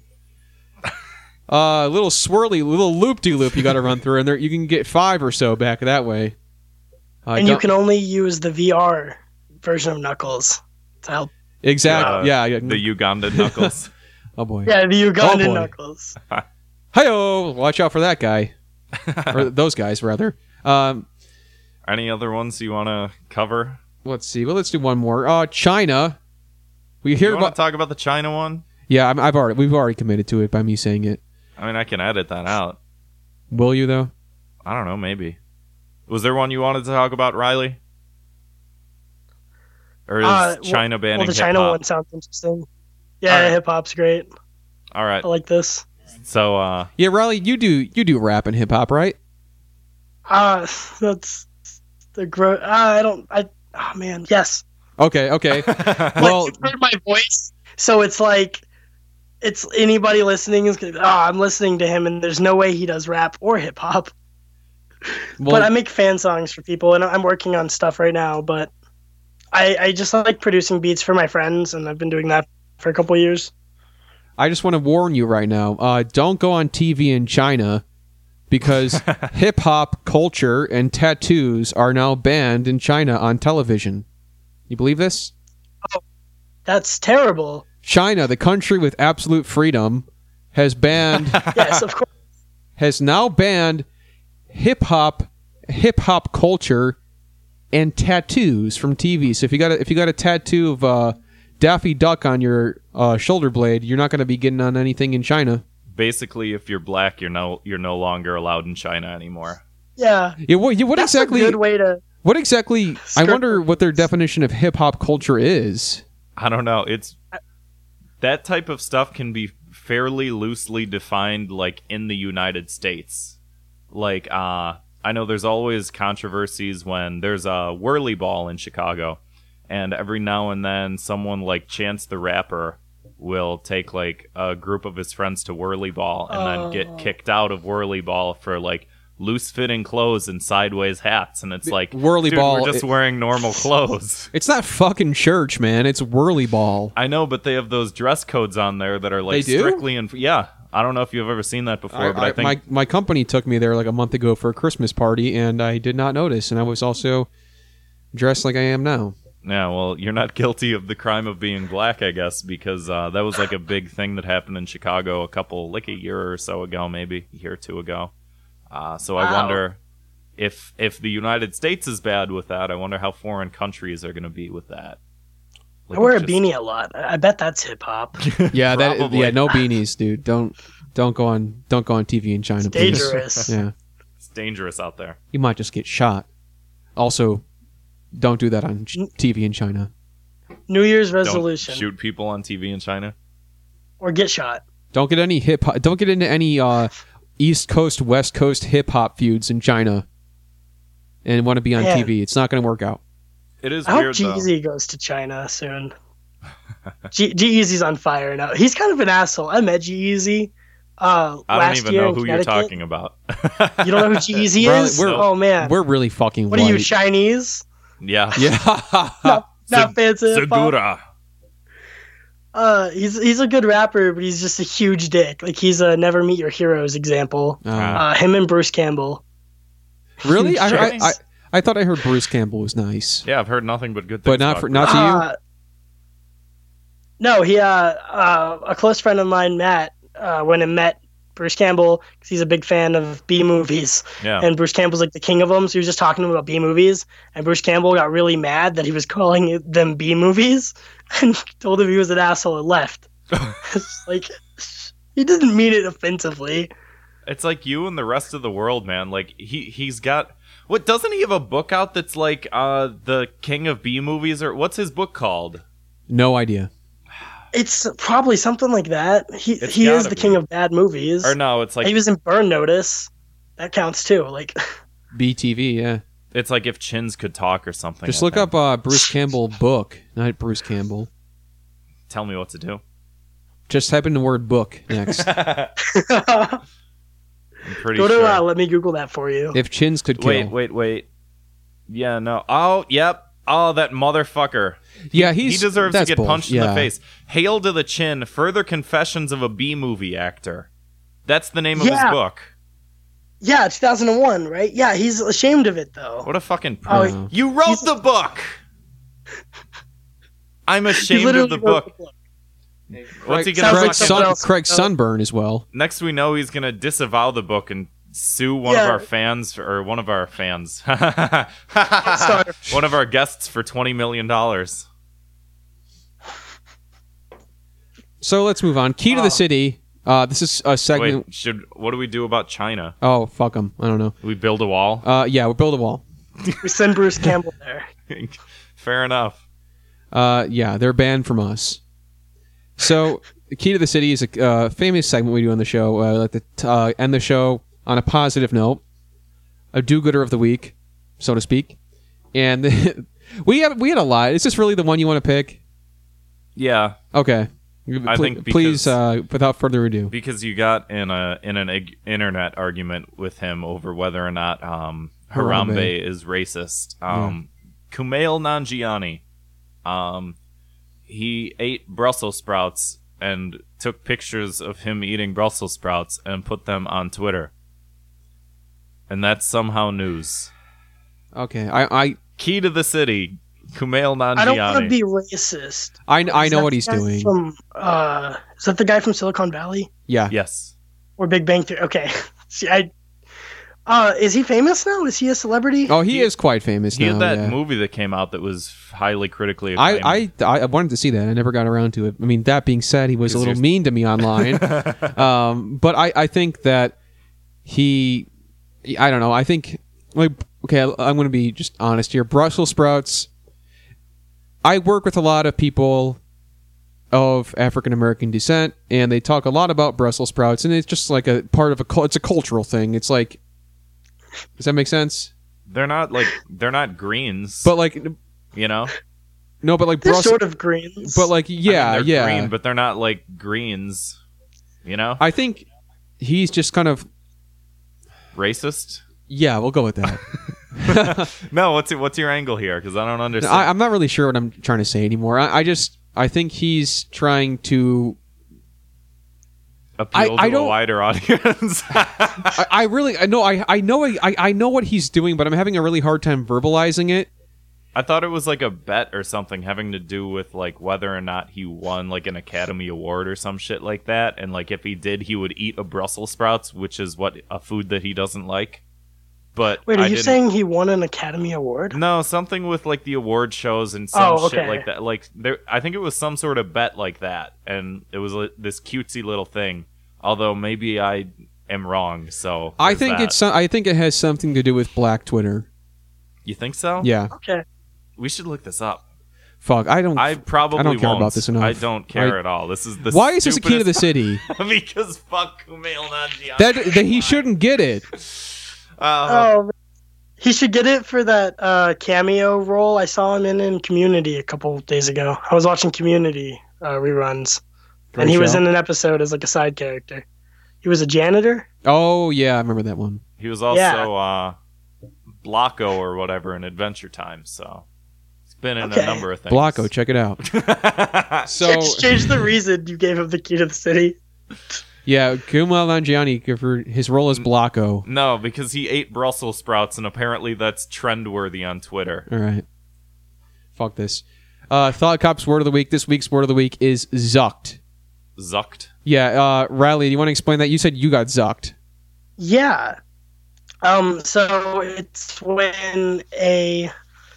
[SPEAKER 8] uh, little swirly, little loop de loop you got to run through, and there you can get five or so back that way. Uh,
[SPEAKER 10] and you
[SPEAKER 8] don't-
[SPEAKER 10] can only use the VR version of Knuckles to help.
[SPEAKER 8] exactly, yeah,
[SPEAKER 9] Uh,
[SPEAKER 8] yeah.
[SPEAKER 9] the Uganda knuckles.
[SPEAKER 8] oh boy,
[SPEAKER 10] Yeah, the Ugandan
[SPEAKER 8] boy.
[SPEAKER 10] Knuckles.
[SPEAKER 8] Heyo, watch out for that guy, [LAUGHS] or those guys rather. Um,
[SPEAKER 9] [LAUGHS] Any other ones you want to cover?
[SPEAKER 8] let's see. Well, let's do one more. Uh, China. We hear
[SPEAKER 9] you want
[SPEAKER 8] about.
[SPEAKER 9] to talk about the China one?
[SPEAKER 8] yeah, I'm, I've already we've already committed to it by me saying it.
[SPEAKER 9] I mean, I can edit that out.
[SPEAKER 8] Will you though?
[SPEAKER 9] I don't know. Maybe. Was there one you wanted to talk about, Riley? Or is
[SPEAKER 10] Uh, well-
[SPEAKER 9] China banning
[SPEAKER 10] Well, the China
[SPEAKER 9] hip-hop?
[SPEAKER 10] one sounds interesting. Yeah,
[SPEAKER 9] Alright.
[SPEAKER 10] hip hop's great.
[SPEAKER 9] All right.
[SPEAKER 10] I like this.
[SPEAKER 9] So, uh,
[SPEAKER 8] Yeah, Riley, you do you do rap and hip hop, right?
[SPEAKER 10] Ah, [LAUGHS] that's the gro. Ah, I don't. I. Oh man. Yes.
[SPEAKER 8] Okay,
[SPEAKER 9] [LAUGHS]
[SPEAKER 8] okay.
[SPEAKER 9] uh,
[SPEAKER 8] well,
[SPEAKER 10] like, you've heard my voice, so it's like, it's anybody listening is gonna. be, Oh, I'm listening to him, and there's no way he does rap or hip hop. but I
[SPEAKER 8] well,
[SPEAKER 10] make fan songs for people, and I'm working on stuff right now. But I, I just like producing beats for my friends, and I've been doing that for a couple years.
[SPEAKER 8] I just want to warn you right now. Uh, don't go on TV in China because hip hop culture and tattoos are now banned in China on television. You believe this?
[SPEAKER 10] That's terrible.
[SPEAKER 8] China, the country with absolute freedom, has
[SPEAKER 10] [LAUGHS]
[SPEAKER 8] banned
[SPEAKER 10] Yes,
[SPEAKER 8] [LAUGHS]
[SPEAKER 10] of course.
[SPEAKER 8] has now banned hip hop hip hop culture and tattoos from TV. So if you got a, if you got a tattoo of uh, Daffy Duck on your uh, shoulder blade, you're not going to be getting on anything in China.
[SPEAKER 9] basically, if you're black, you're no you're no longer allowed in China anymore.
[SPEAKER 10] Yeah,
[SPEAKER 8] Yeah, what, yeah, what
[SPEAKER 10] that's
[SPEAKER 8] exactly?
[SPEAKER 10] a good way to.
[SPEAKER 8] what exactly? I
[SPEAKER 10] Skirt-
[SPEAKER 8] wonder what their definition of hip hop culture is.
[SPEAKER 9] I don't know. It's that type of stuff can be fairly loosely defined, like in the United States. Like, uh, I know there's always controversies when there's a whirly ball in Chicago, and every now and then someone like Chance the Rapper will take like a group of his friends to whirly ball and then get kicked out of whirly ball for like loose fitting clothes and sideways hats and it's like
[SPEAKER 8] Whirly
[SPEAKER 9] "Dude,
[SPEAKER 8] Ball-
[SPEAKER 9] we're just
[SPEAKER 8] it-
[SPEAKER 9] wearing normal clothes
[SPEAKER 8] It's not fucking church, man. It's whirly ball.
[SPEAKER 9] I know, but they have those dress codes on there that are like
[SPEAKER 8] They do?
[SPEAKER 9] strictly and yeah. I don't know if you've ever seen that before, but I, think
[SPEAKER 8] my my company took me there like a month ago for a Christmas party, and I did not notice, and I was also dressed like I am now.
[SPEAKER 9] yeah. Well, you're not [LAUGHS] guilty of the crime of being black, I guess, because uh, that was like a big thing that happened in Chicago a couple like a year or so ago, maybe a year or two ago. Uh, so I wonder if if the United States is bad with that, I wonder how foreign countries are going to be with that. Like,
[SPEAKER 10] I wear a
[SPEAKER 9] it's just-
[SPEAKER 10] beanie a lot. I I bet that's hip hop.
[SPEAKER 8] [LAUGHS] Yeah, that
[SPEAKER 9] Probably.
[SPEAKER 8] yeah, no beanies, dude. Don't don't go on don't go on TV in China.
[SPEAKER 10] It's
[SPEAKER 8] please.
[SPEAKER 10] dangerous.
[SPEAKER 8] [LAUGHS] Yeah,
[SPEAKER 9] It's dangerous out there.
[SPEAKER 8] you might just get shot. Also, don't do that on ch-
[SPEAKER 10] Mm.
[SPEAKER 8] TV in China.
[SPEAKER 10] New Year's
[SPEAKER 9] Don't
[SPEAKER 10] resolution
[SPEAKER 9] shoot people on TV in China.
[SPEAKER 10] or get shot.
[SPEAKER 8] Don't get any hip hop. Don't get into any uh, East Coast West Coast hip hop feuds in China. And want to be on
[SPEAKER 10] Yeah.
[SPEAKER 8] TV? It's not going to work out.
[SPEAKER 9] It is
[SPEAKER 10] I hope
[SPEAKER 9] weird though.
[SPEAKER 10] Jeezy goes to China soon. [LAUGHS] Jeezy's on fire now. He's kind of an asshole. I met Jeezy uh,
[SPEAKER 9] I don't
[SPEAKER 10] last
[SPEAKER 9] even
[SPEAKER 10] year
[SPEAKER 9] know
[SPEAKER 10] in
[SPEAKER 9] who you're
[SPEAKER 10] Connecticut.
[SPEAKER 9] talking about.
[SPEAKER 10] [LAUGHS] You don't know
[SPEAKER 9] [LAUGHS]
[SPEAKER 10] who Jeezy
[SPEAKER 8] Really?
[SPEAKER 10] is?
[SPEAKER 8] We're-
[SPEAKER 10] oh man,
[SPEAKER 8] We're really fucking.
[SPEAKER 10] what are you
[SPEAKER 8] white.
[SPEAKER 10] Chinese?
[SPEAKER 9] Yeah.
[SPEAKER 8] [LAUGHS] yeah. [LAUGHS]
[SPEAKER 10] Not
[SPEAKER 9] Seg-
[SPEAKER 10] fancy. hip hop?
[SPEAKER 9] Segura.
[SPEAKER 10] Uh, he's he's a good rapper, but he's just a huge dick. Like he's a never meet your heroes example.
[SPEAKER 8] Uh,
[SPEAKER 9] Ah.
[SPEAKER 10] Uh, him and Bruce Campbell.
[SPEAKER 8] Really? I, I, I,
[SPEAKER 9] Nice.
[SPEAKER 8] I thought I heard Bruce Campbell was nice,
[SPEAKER 9] Yeah, I've heard nothing but good things.
[SPEAKER 8] but not
[SPEAKER 9] about
[SPEAKER 8] for
[SPEAKER 9] it.
[SPEAKER 8] not to you.
[SPEAKER 10] Uh, no, he uh, uh, a close friend of mine, Matt, uh, went and met Bruce Campbell 'cause he's a big fan of B movies,
[SPEAKER 9] Yeah.
[SPEAKER 10] and Bruce Campbell's like the king of them. So he was just talking to him about B movies, and Bruce Campbell got really mad that he was [LAUGHS] calling it- them B movies, [LAUGHS] and told him he was an asshole
[SPEAKER 9] [LAUGHS]
[SPEAKER 10] and left. [LAUGHS] it's like he didn't mean it offensively.
[SPEAKER 9] it's like you and the rest of the world, man. Like he he's got what doesn't he have a book out that's like uh the king of B movies or what's his book called?
[SPEAKER 8] No idea.
[SPEAKER 10] It's probably something like that. He
[SPEAKER 9] It's
[SPEAKER 10] he is
[SPEAKER 9] gotta
[SPEAKER 10] the
[SPEAKER 9] be.
[SPEAKER 10] king of bad movies.
[SPEAKER 9] Or no, it's
[SPEAKER 10] he
[SPEAKER 9] like
[SPEAKER 10] was in Burn Notice. That counts too. Like [LAUGHS]
[SPEAKER 8] BTV. Yeah.
[SPEAKER 9] it's like if chins could talk or something.
[SPEAKER 8] Just
[SPEAKER 9] I
[SPEAKER 8] look
[SPEAKER 9] think.
[SPEAKER 8] up uh, Bruce Campbell book, not Bruce Campbell.
[SPEAKER 9] Tell me what to
[SPEAKER 8] [LAUGHS]
[SPEAKER 9] do.
[SPEAKER 8] Just type in the word book
[SPEAKER 9] [LAUGHS]
[SPEAKER 8] next.
[SPEAKER 9] I'm pretty
[SPEAKER 10] Go
[SPEAKER 9] sure.
[SPEAKER 10] to uh, let me Google that for you.
[SPEAKER 8] if chins could kill.
[SPEAKER 9] wait, wait, wait. Yeah, no. Oh, yep. Oh, that motherfucker.
[SPEAKER 8] yeah, he's
[SPEAKER 9] he deserves to
[SPEAKER 8] that's
[SPEAKER 9] get
[SPEAKER 8] bull-
[SPEAKER 9] punched in
[SPEAKER 8] yeah.
[SPEAKER 9] the face. Hail to the chin. Further confessions of a B movie actor. That's the name of his
[SPEAKER 10] Yeah.
[SPEAKER 9] book.
[SPEAKER 10] Yeah, 2001, right? Yeah, he's ashamed of it though.
[SPEAKER 9] What a fucking prick.
[SPEAKER 10] Oh,
[SPEAKER 2] Yeah.
[SPEAKER 9] You wrote the book. I'm
[SPEAKER 10] he
[SPEAKER 9] ashamed
[SPEAKER 10] literally
[SPEAKER 9] of the
[SPEAKER 10] wrote
[SPEAKER 9] book. What's he gonna
[SPEAKER 10] Sounds like
[SPEAKER 8] Craig,
[SPEAKER 9] fucking-
[SPEAKER 10] someone
[SPEAKER 8] Sun-
[SPEAKER 10] else.
[SPEAKER 8] Craig Sunburn as well.
[SPEAKER 9] next we know he's gonna disavow the book and sue one of
[SPEAKER 10] Yeah.
[SPEAKER 9] our fans for, or one of our fans [LAUGHS]
[SPEAKER 10] Sorry.
[SPEAKER 9] one of our guests for 20 million dollars
[SPEAKER 8] So let's move on. Key to the City. Uh, this is a segment.
[SPEAKER 9] Oh. wait should what do we do about china
[SPEAKER 8] Oh fuck them! I don't know.
[SPEAKER 9] we build a wall [LAUGHS]
[SPEAKER 8] Uh, yeah, we build a wall.
[SPEAKER 10] We send Bruce Campbell there.
[SPEAKER 9] fair enough
[SPEAKER 8] Uh, yeah, they're banned from us. So, the key to the city is a uh, famous segment we do on the show. Uh, we like to t- uh, end the show on a positive note, a do-gooder of the week, so to speak. And [LAUGHS] we have we had a lot. Is this really the one you want to pick?
[SPEAKER 9] yeah
[SPEAKER 8] Okay.
[SPEAKER 9] I
[SPEAKER 8] Pl-
[SPEAKER 9] think
[SPEAKER 8] please,
[SPEAKER 9] because-
[SPEAKER 8] uh, without further ado.
[SPEAKER 9] because you got in a in an ig- internet argument with him over whether or not um harambe,
[SPEAKER 8] Harambe.
[SPEAKER 9] is racist um kumail nanjiani um he ate brussels sprouts and took pictures of him eating brussels sprouts and put them on twitter and that's somehow news
[SPEAKER 8] Okay, I I
[SPEAKER 9] key to the city kumail nanjiani
[SPEAKER 10] I don't want to be racist.
[SPEAKER 8] I, I
[SPEAKER 10] Is
[SPEAKER 8] know
[SPEAKER 10] that
[SPEAKER 8] what
[SPEAKER 10] the
[SPEAKER 8] he's
[SPEAKER 10] guy
[SPEAKER 8] doing.
[SPEAKER 10] From, uh, is that the guy from Silicon Valley
[SPEAKER 8] Yeah.
[SPEAKER 9] yes
[SPEAKER 10] or Big Bang Theory? Okay, [LAUGHS] see, I. Uh, is he famous now? Is he a celebrity?
[SPEAKER 8] Oh, he, is quite famous
[SPEAKER 9] he
[SPEAKER 8] now.
[SPEAKER 9] had that
[SPEAKER 8] yeah.
[SPEAKER 9] movie that came out that was highly critically acclaimed.
[SPEAKER 8] I, I I wanted to see that. I never got around to it. I mean, that being said, he was a little mean to me
[SPEAKER 9] [LAUGHS]
[SPEAKER 8] online. um, but I, I think that he, I don't know. I think like okay, I'm going to be just honest here. Brussels sprouts. I work with a lot of people of African American descent, and they talk a lot about Brussels sprouts, and it's just like a part of a cul- it's a cultural thing. It's like, does that make sense?
[SPEAKER 9] they're not like they're not greens
[SPEAKER 8] But like
[SPEAKER 9] you know
[SPEAKER 8] no, but like
[SPEAKER 10] They're
[SPEAKER 8] Brussels,
[SPEAKER 10] sort of greens.
[SPEAKER 8] but like
[SPEAKER 9] I mean,
[SPEAKER 8] yeah,
[SPEAKER 9] they're
[SPEAKER 8] yeah.
[SPEAKER 9] green, but they're not like greens. You know,
[SPEAKER 8] I think he's just kind of
[SPEAKER 9] racist.
[SPEAKER 8] yeah. We'll go with that.
[SPEAKER 9] No, what's what's your angle here? Because I don't understand.
[SPEAKER 8] I, I'm not really sure what I'm trying to say anymore. I, I just I think he's trying to.
[SPEAKER 9] Appeal
[SPEAKER 8] I-
[SPEAKER 9] to
[SPEAKER 8] I
[SPEAKER 9] a
[SPEAKER 8] don't-
[SPEAKER 9] wider [LAUGHS] audience.
[SPEAKER 8] I, I really I know I I know I, I know what he's doing, but I'm having a really hard time verbalizing it.
[SPEAKER 9] I thought it was like a bet or something having to do with like whether or not he won like an Academy Award or some shit like that, and like if he did, he would eat a Brussels sprouts, which is what a food that he doesn't like. But
[SPEAKER 10] Wait, are
[SPEAKER 9] I
[SPEAKER 10] you
[SPEAKER 9] didn't-
[SPEAKER 10] saying he won an Academy Award?
[SPEAKER 9] No, something with like the award shows and some
[SPEAKER 10] Oh,
[SPEAKER 9] shit
[SPEAKER 10] okay.
[SPEAKER 9] like that. Like there, I think it was some sort of bet like that, and it was like, this cutesy little thing. Although maybe I am wrong. So
[SPEAKER 8] I
[SPEAKER 9] there's
[SPEAKER 8] think
[SPEAKER 9] that.
[SPEAKER 8] it's some- I think it has something to do with Black Twitter.
[SPEAKER 9] You think so?
[SPEAKER 8] Yeah.
[SPEAKER 10] Okay.
[SPEAKER 9] We should look this up.
[SPEAKER 8] Fuck. I don't.
[SPEAKER 9] I probably
[SPEAKER 8] I don't care
[SPEAKER 9] won't.
[SPEAKER 8] about this enough.
[SPEAKER 9] I don't care
[SPEAKER 8] I-
[SPEAKER 9] at all. This is the
[SPEAKER 8] why is this a key to the
[SPEAKER 9] stupidest- [LAUGHS]
[SPEAKER 8] city?
[SPEAKER 9] because fuck Kumail Nanjiani.
[SPEAKER 8] that, that he shouldn't get it.
[SPEAKER 9] Uh,
[SPEAKER 10] Oh, man. he should get it for that uh, cameo role I saw him in in Community a couple days ago. I was watching Community uh, reruns, and he was in an episode as like a side character. He was a janitor.
[SPEAKER 8] Oh yeah, I remember that one.
[SPEAKER 9] he was also
[SPEAKER 10] yeah.
[SPEAKER 9] uh, Blocko or whatever in Adventure Time. So it's been in a
[SPEAKER 10] Okay.
[SPEAKER 9] number of things. [LAUGHS]
[SPEAKER 8] Blocko, check it out.
[SPEAKER 10] [LAUGHS] Yeah,
[SPEAKER 8] So
[SPEAKER 10] just change the reason you gave him the key to the city.
[SPEAKER 8] yeah, Kumail Nanjiani for his role as Blocko.
[SPEAKER 9] No, because he ate Brussels sprouts, and apparently that's trend worthy on Twitter.
[SPEAKER 8] All right. Fuck this. Uh, Thought Cop's word of the week. This week's word of the week is zucked.
[SPEAKER 9] Zucked.
[SPEAKER 8] Yeah, uh, Riley, do you want to explain that? You said you got zucked.
[SPEAKER 10] Yeah. Um. So it's when a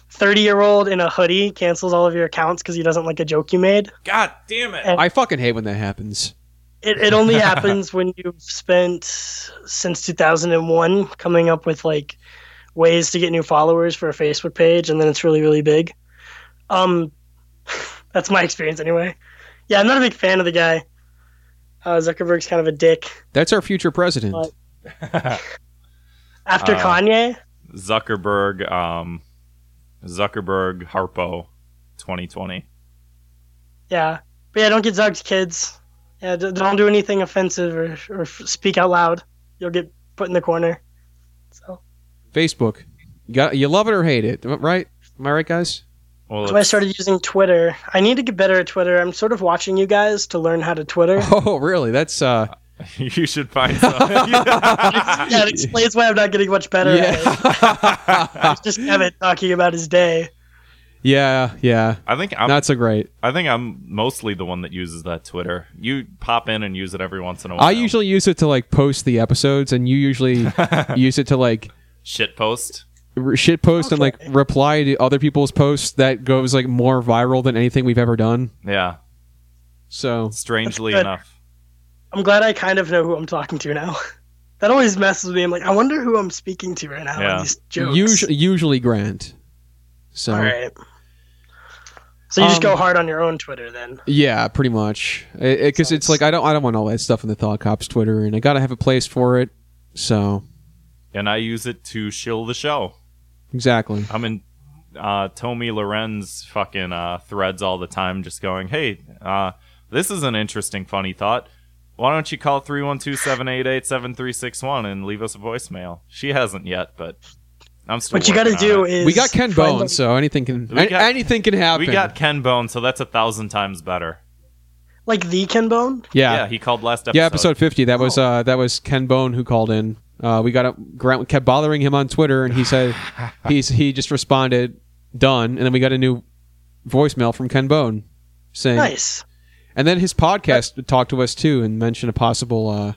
[SPEAKER 10] thirty-year-old in a hoodie cancels all of your accounts because he doesn't like a joke you made.
[SPEAKER 9] God damn it.
[SPEAKER 8] I fucking hate when that happens.
[SPEAKER 10] It, it only happens when you've spent since 2001 coming up with like ways to get new followers for a Facebook page, and then it's really really big. Um, [LAUGHS] that's my experience anyway. Yeah, I'm not a big fan of the guy. Uh, Zuckerberg's kind of a dick.
[SPEAKER 8] That's our future president.
[SPEAKER 10] What? After
[SPEAKER 9] Uh,
[SPEAKER 10] Kanye,
[SPEAKER 9] Zuckerberg, um, Zuckerberg Harpo 2020.
[SPEAKER 10] yeah, but yeah, don't get zugged, kids. Yeah, d- don't do anything offensive or or f- speak out loud. You'll get put in the corner. So,
[SPEAKER 8] Facebook. You got you love it or hate it, right? Am I right, guys?
[SPEAKER 9] Well,
[SPEAKER 10] so I
[SPEAKER 9] it's-
[SPEAKER 10] started using
[SPEAKER 8] [LAUGHS]
[SPEAKER 10] Twitter. I need to get better at Twitter. I'm sort of watching you guys to learn how to Twitter.
[SPEAKER 8] Oh, really? That's uh,
[SPEAKER 9] [LAUGHS] you should find [LAUGHS] some.
[SPEAKER 10] yeah, it explains why I'm not getting much better. at it. It's just Kevin talking about his day.
[SPEAKER 8] [LAUGHS] yeah, yeah.
[SPEAKER 9] I think I'm.
[SPEAKER 8] Not so great.
[SPEAKER 9] I think I'm mostly the one that uses that Twitter. You pop in and use it every once in a while.
[SPEAKER 8] I usually use it to like post the episodes, and you usually use it to like
[SPEAKER 9] shit post.
[SPEAKER 8] r- shit post and like reply to other people's posts that goes like more viral than anything we've ever done.
[SPEAKER 9] Yeah,
[SPEAKER 8] So
[SPEAKER 9] strangely
[SPEAKER 10] That's good.
[SPEAKER 9] enough.
[SPEAKER 10] I'm glad I kind of know who I'm talking to now. [LAUGHS] That always messes with me. I'm like, I wonder who I'm speaking to right now.
[SPEAKER 9] Yeah.
[SPEAKER 10] on These jokes.
[SPEAKER 8] usually, usually Grant. So
[SPEAKER 10] All right. So you just
[SPEAKER 8] Um,
[SPEAKER 10] go hard on your own Twitter then.
[SPEAKER 8] yeah, pretty much. Because it's like I don't, I don't want all that stuff in the Thought Cops Twitter, and I gotta have a place for it. So
[SPEAKER 9] And I use it to shill the show.
[SPEAKER 8] exactly.
[SPEAKER 9] I'm in uh, Tommy Lorenz fucking uh, threads all the time, just going, "Hey, uh, this is an interesting, funny thought. Why don't you call 312-788-7361 and leave us a voicemail?" She hasn't yet, but I'm still.
[SPEAKER 10] What you got to
[SPEAKER 9] working on
[SPEAKER 10] do
[SPEAKER 9] it.
[SPEAKER 10] is
[SPEAKER 8] We got Ken
[SPEAKER 10] find
[SPEAKER 8] Bone,
[SPEAKER 10] the-
[SPEAKER 8] so anything can
[SPEAKER 9] We got-
[SPEAKER 8] anything can happen.
[SPEAKER 9] we got Ken Bone, so that's a thousand times better.
[SPEAKER 10] like the Ken Bone.
[SPEAKER 9] Yeah,
[SPEAKER 8] yeah,
[SPEAKER 9] he called last episode. Oh.
[SPEAKER 8] yeah. Episode fifty. That was uh, that was Ken Bone who called in. Uh, we got a, Grant kept bothering him on Twitter, and he
[SPEAKER 9] [LAUGHS]
[SPEAKER 8] said he's he just responded done, and then we got a new voicemail from Ken Bone saying,
[SPEAKER 10] Nice.
[SPEAKER 8] and then his podcast talked to us too and mentioned a possible uh,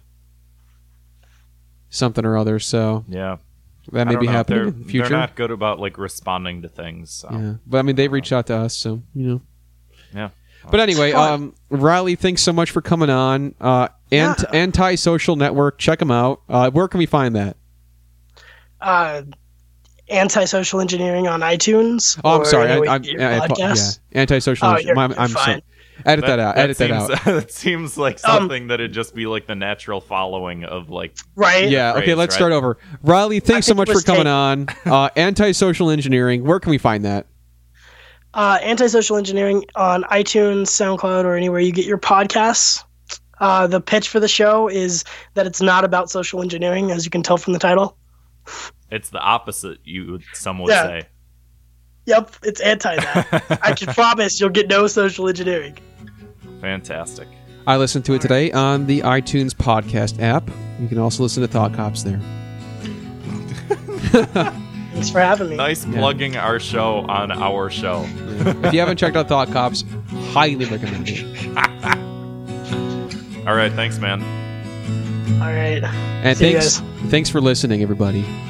[SPEAKER 8] something or other. So
[SPEAKER 9] Yeah,
[SPEAKER 8] that
[SPEAKER 9] I
[SPEAKER 8] may
[SPEAKER 9] don't
[SPEAKER 8] be
[SPEAKER 9] know.
[SPEAKER 8] happening
[SPEAKER 9] They're,
[SPEAKER 8] in the future.
[SPEAKER 9] they're not good about like responding to things. So.
[SPEAKER 8] Yeah, but I mean, they reached out to us, so you know.
[SPEAKER 9] Yeah.
[SPEAKER 8] But anyway, um, Riley, thanks so much for coming on. Uh, ant-
[SPEAKER 10] Yeah.
[SPEAKER 8] Anti Social Network, check them out. Uh, where can we find that?
[SPEAKER 10] Uh, anti-social engineering on iTunes.
[SPEAKER 8] Oh, I'm
[SPEAKER 10] or
[SPEAKER 8] sorry.
[SPEAKER 10] anyway,
[SPEAKER 8] I, I'm,
[SPEAKER 10] your
[SPEAKER 8] I, I, yeah,
[SPEAKER 10] podcast.
[SPEAKER 8] Anti Social.
[SPEAKER 10] Oh, you're-
[SPEAKER 8] I'm,
[SPEAKER 10] you're
[SPEAKER 8] I'm so-
[SPEAKER 10] fine.
[SPEAKER 8] edit that, out. edit
[SPEAKER 9] seems,
[SPEAKER 8] that out.
[SPEAKER 9] [LAUGHS] that seems like
[SPEAKER 10] Um,
[SPEAKER 9] something that'd just be like the natural following of like
[SPEAKER 10] Right.
[SPEAKER 8] Yeah. Okay.
[SPEAKER 9] phrase,
[SPEAKER 8] Let's
[SPEAKER 9] right?
[SPEAKER 8] start over. Riley, thanks so
[SPEAKER 10] think it
[SPEAKER 8] much for
[SPEAKER 10] was taken.
[SPEAKER 8] coming on. Uh, Anti Social Engineering. Where can we find that?
[SPEAKER 10] uh, antisocial engineering on iTunes, SoundCloud, or anywhere you get your podcasts. Uh, the pitch for the show is that it's not about social engineering, as you can tell from the title.
[SPEAKER 9] It's the opposite, you would some would
[SPEAKER 10] Yeah.
[SPEAKER 9] say.
[SPEAKER 10] Yep, it's anti
[SPEAKER 8] [LAUGHS]
[SPEAKER 10] that. I can promise you'll get no social engineering.
[SPEAKER 9] Fantastic.
[SPEAKER 8] I listened to it today on the iTunes podcast app. You can also listen to Thought Cops there.
[SPEAKER 10] Thanks for having me.
[SPEAKER 9] Nice plugging our show on our show.
[SPEAKER 8] if you haven't checked out Thought Cops, highly recommend it.
[SPEAKER 9] All right, thanks, man.
[SPEAKER 10] All right.
[SPEAKER 8] And
[SPEAKER 10] See you
[SPEAKER 8] thanks, thanks for listening, everybody.